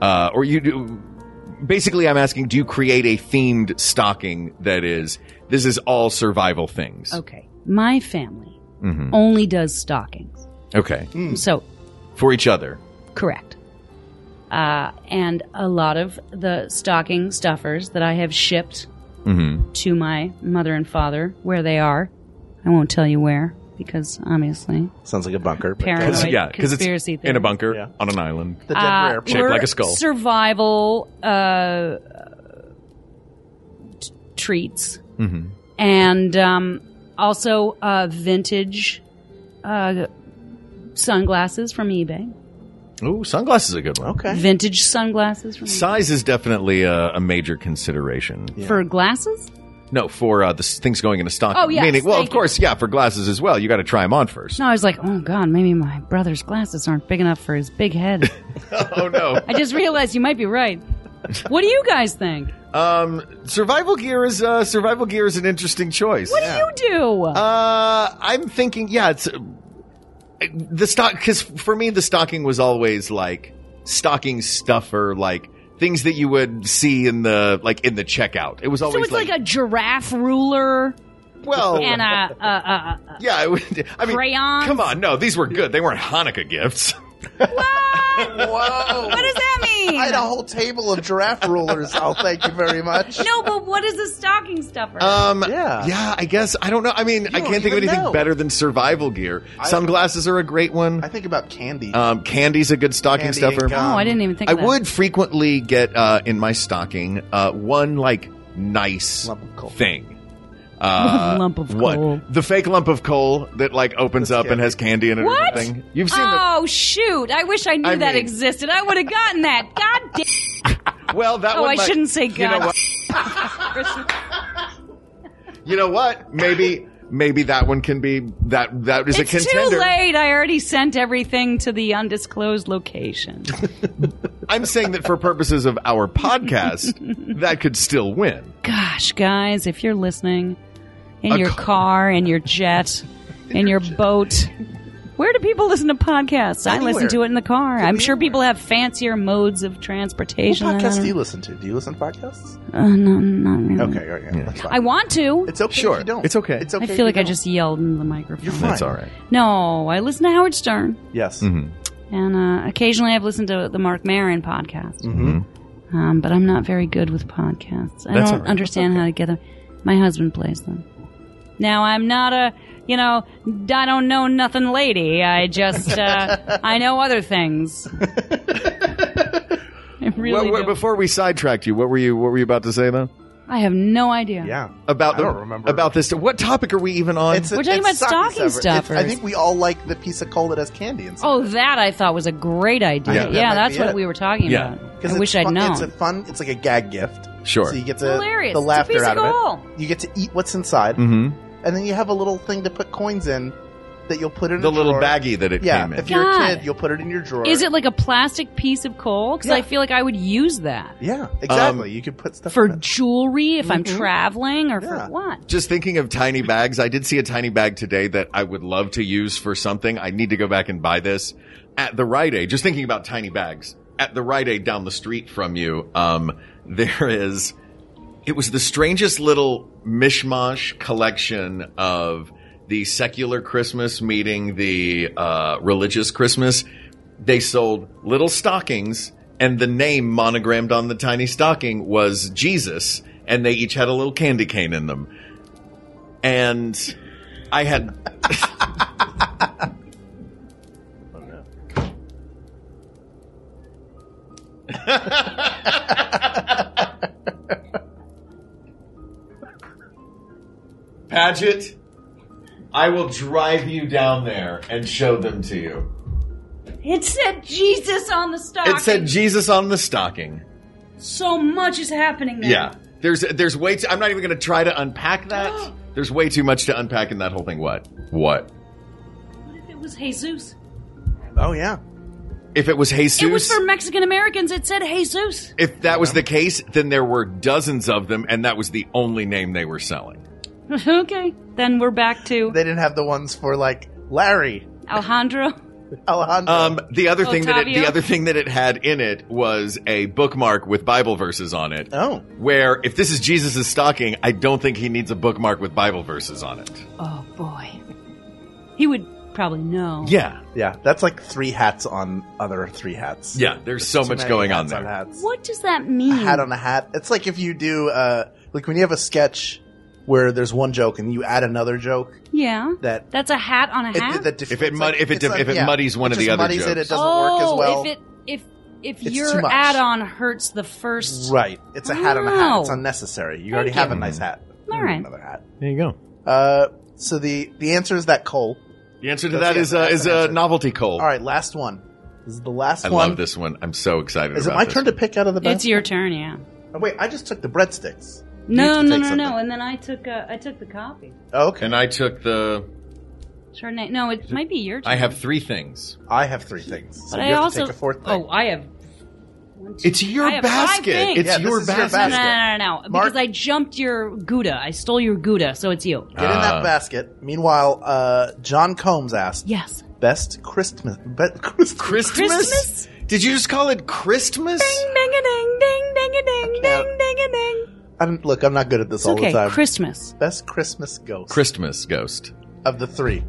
uh or you do basically I'm asking do you create a themed stocking that is this is all survival things. Okay. My family Mhm. only does stockings. Okay. So, For each other. correct. Uh, and a lot of the stocking stuffers that I have shipped Mhm. to my mother and father, where they are, I won't tell you where because obviously Sounds like a bunker. but- paranoid yeah, because it's conspiracy in a theory. bunker Yeah. on an island. The Denver Uh, airport. Shaped we're like a skull. Survival uh, t- treats Mm-hmm. and um, also uh, vintage uh, sunglasses from eBay. Ooh, sunglasses is a good one. Okay. Vintage sunglasses from eBay. Size is definitely a, a major consideration. for glasses. No, for uh, the s- things going in a stocking. Oh, yes, Meaning, well, thank of course, yeah, for glasses as well. You got to try them on first. No, I was like, oh god, maybe my brother's glasses aren't big enough for his big head. oh no. I just realized you might be right. What do you guys think? Um, survival gear is uh, survival gear is an interesting choice. What do you do? Uh, I'm thinking, yeah, it's uh, the stock because for me the stocking was always like stocking stuffer, like things that you would see in the like in the checkout. It was so always it's like, a giraffe ruler well, and a, a, a, a- yeah. It would, I mean, Crayons? Come on, no, these were good. They weren't Hanukkah gifts. Whoa! What does that mean? I had a whole table of giraffe rulers. Oh, thank you very much. No, but what is a stocking stuffer? Um, Yeah. yeah, I guess I don't know. I mean, I don't can't think of even anything know. better than survival gear. Sunglasses are a great one. I think about candy. um, candy's a good stocking Candy and stuffer. gum. oh, I didn't even think. I of that. would frequently get uh, in my stocking uh, one like nice Lump of coal. thing. Uh, Lump of what? coal. The fake lump of coal that like opens That's up and candy. has candy in it. What? And everything. You've seen the Oh shoot! I wish I knew I that mean- existed. I would have gotten that. God damn! well that Oh, one I might- shouldn't say You know God. what? You know what? Maybe maybe that one can be that that is It's a contender. too late. I already sent everything to the undisclosed location. I'm saying that for purposes of our podcast, that could still win. Gosh, guys, if you're listening, in A your ca- car, in your jet, in your boat. Where do people listen to podcasts? I listen Anywhere. to it in the car. I'm sure people have fancier modes of transportation. what I podcast don't- do you listen to? Do you listen to podcasts? Uh, no, not really. Okay, all right, yeah, that's fine. I want to. It's okay. Mm, Sure, if you don't. it's okay. It's okay. I if feel like you I don't. just yelled into the microphone. You're fine. That's all right. No, I listen to Howard Stern, Yes. Mhm. and uh, occasionally I've listened to the Mark Maron podcast. Mhm. um, but I'm not very good with podcasts. I That's all don't right. understand how to get them. My husband plays them. Now I'm not a you know I don't know nothing lady. I just uh, I know other things. I really Well, do. before we sidetracked you, what were you what were you about to say though? I have no idea. Yeah, about I don't remember about this. What topic are we even on? We're talking about stocking stuffers. I think we all like the piece of coal that has candy inside. Oh, that I thought was a great idea. Yeah. Yeah, That might that's be what it. we were talking Yeah. about. 'Cause I it's wish I'd fun- known. It's a fun. It's like a gag gift. Sure. So you get to Hilarious. the It's a laughter piece of out gold. of it. You get to eat what's inside, Mhm. and then you have a little thing to put coins in that you'll put in The a little drawer. baggie that it Yeah, came in. if you're a God. kid, you'll put it in your drawer. Is it like a plastic piece of coal? Because I Yeah. feel like I would use that Yeah, Um, exactly. you could put stuff for in it. jewelry if I'm Mhm. traveling or for what. Just thinking of tiny bags, I did see a tiny bag today that I would love to use for something. I need to go back and buy this at the Rite Aid. Just thinking about tiny bags at the Rite Aid down the street from you. Um, there is. It was the strangest little mishmash collection of the secular Christmas meeting the uh, religious Christmas. They sold little stockings, and the name monogrammed on the tiny stocking was Jesus, and they each had a little candy cane in them. And I had. Paget, I will drive you down there and show them to you. It said Jesus on the stock. It said Jesus on the stocking. so much is happening there. Yeah. There's there's way too, I'm not even going to try to unpack that. There's way too much to unpack in that whole thing. What? What? It was Jesus. Oh yeah. If it was Jesus, It was for Mexican Americans. It said Jesus. if that was the case, then there were dozens of them and that was the only name they were selling. okay, then we're back to They didn't have the ones for like Larry. Alejandro. Alejandro. Um, the other thing that it, the Otavio? other thing that it had in it was a bookmark with Bible verses on it. Oh, where if this is Jesus' stocking, I don't think he needs a bookmark with Bible verses on it. Oh boy, he would probably know. Yeah. Yeah. That's like three hats on other three hats. Yeah, there's so too much many going on hats there. hats. What does that mean? A hat on a hat. It's like if you do uh like when you have a sketch where there's one joke and you add another joke Yeah, that that's a hat on a hat. If it mud, if it if it muddies one it of the just other muddies jokes, it, it doesn't work as oh, well. if it if if It's too your much. add-on hurts the first, right. It's a hat on a hat. It's Wow. unnecessary. You already have a nice hat. Oh. All right. There you go. Uh, so the the answer is that coal. The answer to That's that the is answer. uh, That's is the a answer. novelty cold. All right, last one. This is the last I one. love this one. I'm so excited. Is it about my this. turn to pick out of the basket? It's your turn, yeah. Oh, wait, I just took the breadsticks. No, no, You have to take no, something. no. And then I took uh, I took the copy. Okay. And I took the. Chardonnay. No, it might be your turn. I have three things. I have three things. but I also Oh, I have. It's your I have five basket. things. It's your, basket. No, no, no, no, no. Mark- Because I jumped your Gouda. I stole your Gouda, so it's you. Get in Uh. that basket. Meanwhile, uh, John Combs asked. Yes. Best Christmas. Be- Christmas. Christmas? Christmas? Did you just call it Christmas? Ding, ding, a ding, ding, ding, a ding, ding, ding, a ding. I'm, look, I'm not good at this It's all okay. the time. Christmas. Best Christmas ghost Christmas ghost. of the three.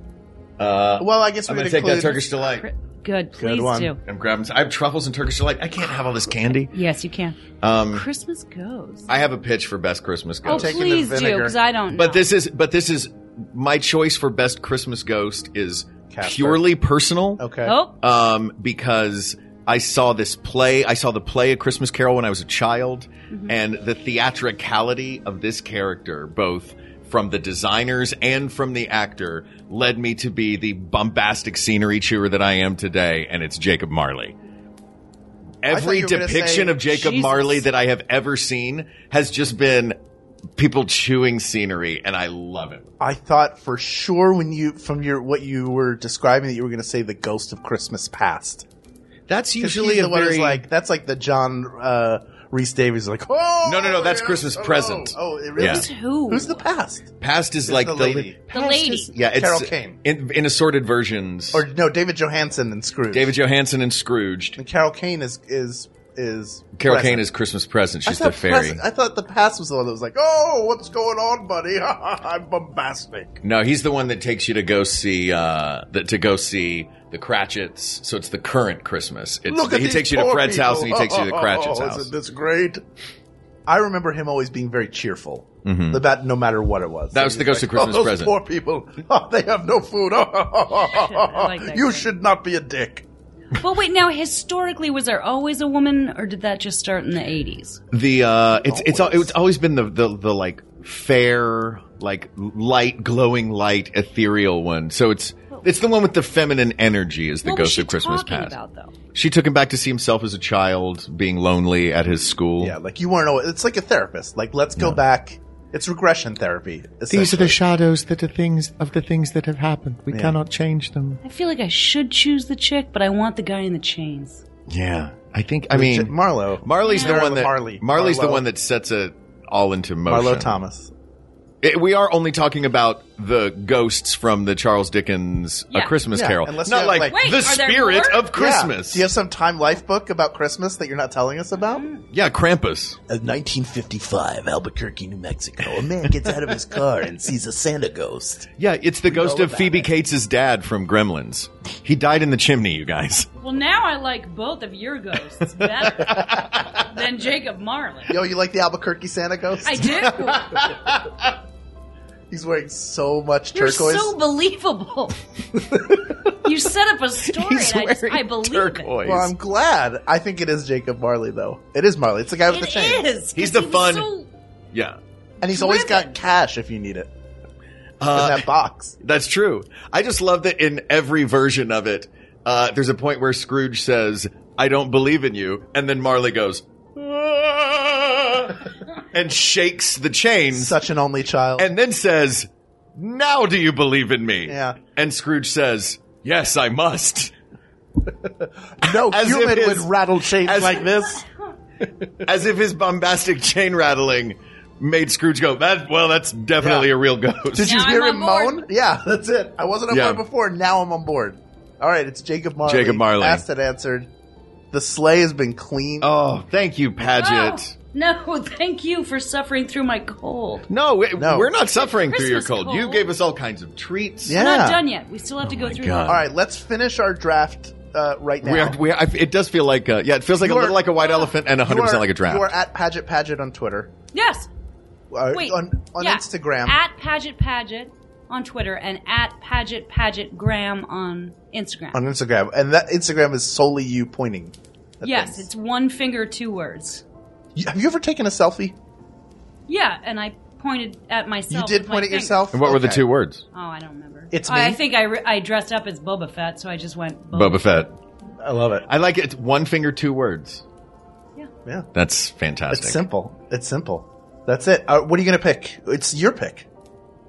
Uh, Well, I guess I'm we'd gonna take that include- Turkish delight. Good. Please do. I'm grabbing. I have truffles and Turkish delight. I can't have all this candy. Yes, you can. Um, Christmas goes. I have a pitch for best Christmas Oh, ghost. please do, because I don't. But this is but this is my choice for best Christmas ghost is Casper. purely personal. Okay. Oh. Um, because I saw this play. I saw the play A Christmas Carol when I was a child, Mm-hmm. and the theatricality of this character, both from the designers and from the actor, led me to be the bombastic scenery chewer that I am today, and it's Jacob Marley. I thought Every you were gonna depiction say, of Jacob Jesus. Marley that I have ever seen has just been people chewing scenery, and I love it. I thought for sure when you from your what you were describing that you were going to say the ghost of Christmas past. That's 'Cause usually he's a the one who's very- like that's like the John uh, Reese Davies like oh No, no, no. That's Christmas oh, present. oh, it really Yeah. is who who's the past Past is It's like the the, lady. The lady. yeah, it's Carol Kane. in, in assorted versions. or no David Johansen and Scrooge David Johansen and Scrooged. and Carol Kane is is is Carol present. Kane is Christmas present. I She's the thought fairy. present- I thought the past was the one that was like, "Oh, what's going on, buddy? I'm bombastic." No, he's the one that takes you to go see uh, the, to go see the Cratchits. So it's the current Christmas. It's, Look at he these takes you to poor Fred's house and he people. takes you to Oh, oh, Cratchits' oh, house. Isn't this great? I remember him always being very cheerful Mhm. about no matter what it was. That was He the Ghost of Christmas oh, those Present." Poor people, oh, they have no food. Oh, oh, oh, oh, oh, oh. you should not be a dick. Well, wait. Now, historically, was there always a woman, or did that just start in the eighties? The uh, it's it's al- it's always been the the, the like fair, like light, glowing light, ethereal one. So it's it's the one with the feminine energy is the what was Ghost she of Christmas talking Past. about, though? She took him back to see himself as a child, being lonely at his school. Yeah, like you weren't. always- It's like a therapist. Like let's go back. It's regression therapy. These are the essentially. shadows that are things of the things that have happened. We Yeah. cannot change them. I feel like I should choose the chick, but I want the guy in the chains. Yeah, I think. I With mean, J- Marlowe. Marley's the Marlowe one that Marley. Marley's the Marlowe. one that sets it all into motion. Marlowe Thomas. It- Eh, we are only talking about the ghosts from the Charles Dickens Yeah. A Christmas Yeah, Carol, unless not you like have, like- the Wait, are there spirit more? of Christmas. Do you have some time life book about Christmas that you're not telling us about? Yeah, Krampus. 1955, Albuquerque, New Mexico. A man gets out of his car and sees a Santa ghost. Yeah, it's the ghost know of about Phoebe Cates' dad from Gremlins. He died in the chimney, you guys. Well, now I like both of your ghosts better than Jacob Marley. Yo, you like the Albuquerque Santa ghost? I do. He's wearing so much You're turquoise. so believable. you set up a story, and I, just, I believe turquoise. Well, I'm glad. I think it is Jacob Marley, though. It is Marley. It's the guy with it. the It chain. is. 'cause He's the he was fun- so- Yeah. And he's always got cash if you need it. Uh, in that box. That's true. I just love that in every version of it, uh, there's a point where Scrooge says, I don't believe in you. And then Marley goes, "Ah," and shakes the chain. Such an only child. And then says, Now do you believe in me? Yeah. And Scrooge says, Yes, I must. No As if human his- would rattle chains as- like this. As if his bombastic chain rattling made Scrooge go, that, Well, that's definitely a real ghost. Did you hear him moan? Yeah, that's it. I wasn't on Yeah. board before. Now I'm on board. All right, it's Jacob Marley. Jacob Marley. Asked and answered. The sleigh has been cleaned. Oh, thank you, Paget. No, thank you for suffering through my cold. No, we, we're not suffering through your Christmas cold. You cold. gave us all kinds of treats. We're not done yet. We still have to Oh go through. God. that. All right, let's finish our draft uh, right now. We are, we are, I- it does feel like, uh, yeah, it feels like You a little are- like a white elephant and 100% You are- like a draft. You are at Paget Paget on Twitter. Yes. Uh, Wait. on on yeah. Instagram. at Paget Paget on Twitter and at Paget Paget Graham on Instagram. on Instagram, and that Instagram is solely you pointing. at yes, things. it's one finger, two words. You- have you ever taken a selfie? Yeah, and I pointed at myself. you did with my point at finger. yourself. and what were the Okay. two words? Oh, I don't remember. It's I, I me. think I, re- I dressed up as Boba Fett, so I just went. Boba Fett. I love it. I like it. One finger, two words. Yeah. That's fantastic. It's simple. It's simple. That's it. Uh, what are you going to pick? It's your pick.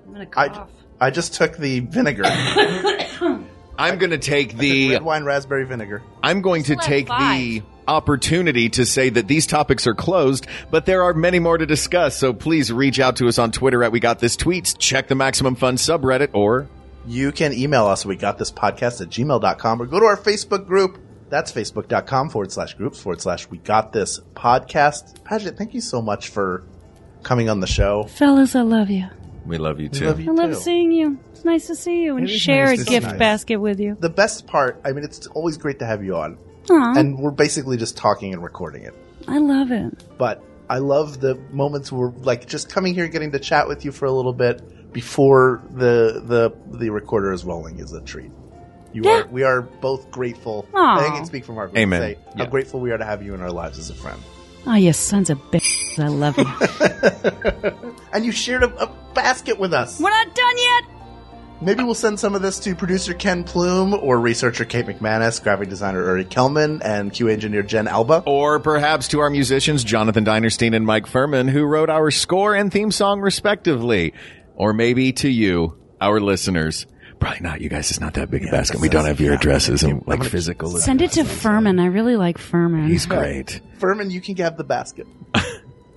I'm gonna I, I just took the vinegar, I'm going to take the. red wine raspberry vinegar. I'm going to Still at take the opportunity to say that these topics are closed, but there are many more to discuss. So please reach out to us on Twitter at We Got This Tweets. Check the Maximum Fun subreddit or You can email us. We got this podcast at gmail.com or go to our Facebook group. That's facebook.com forward slash groups forward slash we got this podcast. Paget, thank you so much for coming on the show. Fellas, I love you. we love you too. love I you love too. seeing you. It's nice to see you and It is share nice a to gift see you. basket with you. The best part, I mean, it's always great to have you on. Aw, And we're basically just talking and recording it. I love it. but I love the moments where like just coming here and getting to chat with you for a little bit before the the the recorder is rolling is a treat. You Yeah. are we are both grateful. I think I can speak from our Amen. Say how grateful we are to have you in our lives as a friend. Ah, Oh, you sons of bitches. I love you. And you shared a, a basket with us. We're not done yet. Maybe we'll send some of this to producer Ken Plume or researcher Kate McManus, graphic designer Uri Kelman, and QA engineer Jen Alba. Or perhaps to our musicians, Jonathan Dinerstein and Mike Furman, who wrote our score and theme song respectively. Or maybe to you, our listeners. Probably not. You guys, it's not that big a basket. We don't have your addresses and like physical. Send it to Furman. I really like Furman. He's great. Furman, you can have the basket.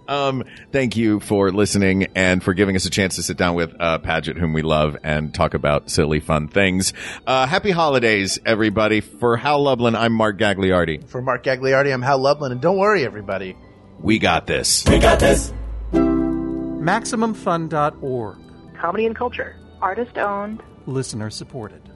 Um, thank you for listening and for giving us a chance to sit down with uh, Paget, whom we love, and talk about silly, fun things. Uh, happy holidays, everybody. For Hal Lublin, I'm Mark Gagliardi. For Mark Gagliardi, I'm Hal Lublin, and don't worry, everybody. We got this. We got this. MaximumFun.org. Comedy and culture. Artist owned. Listener supported.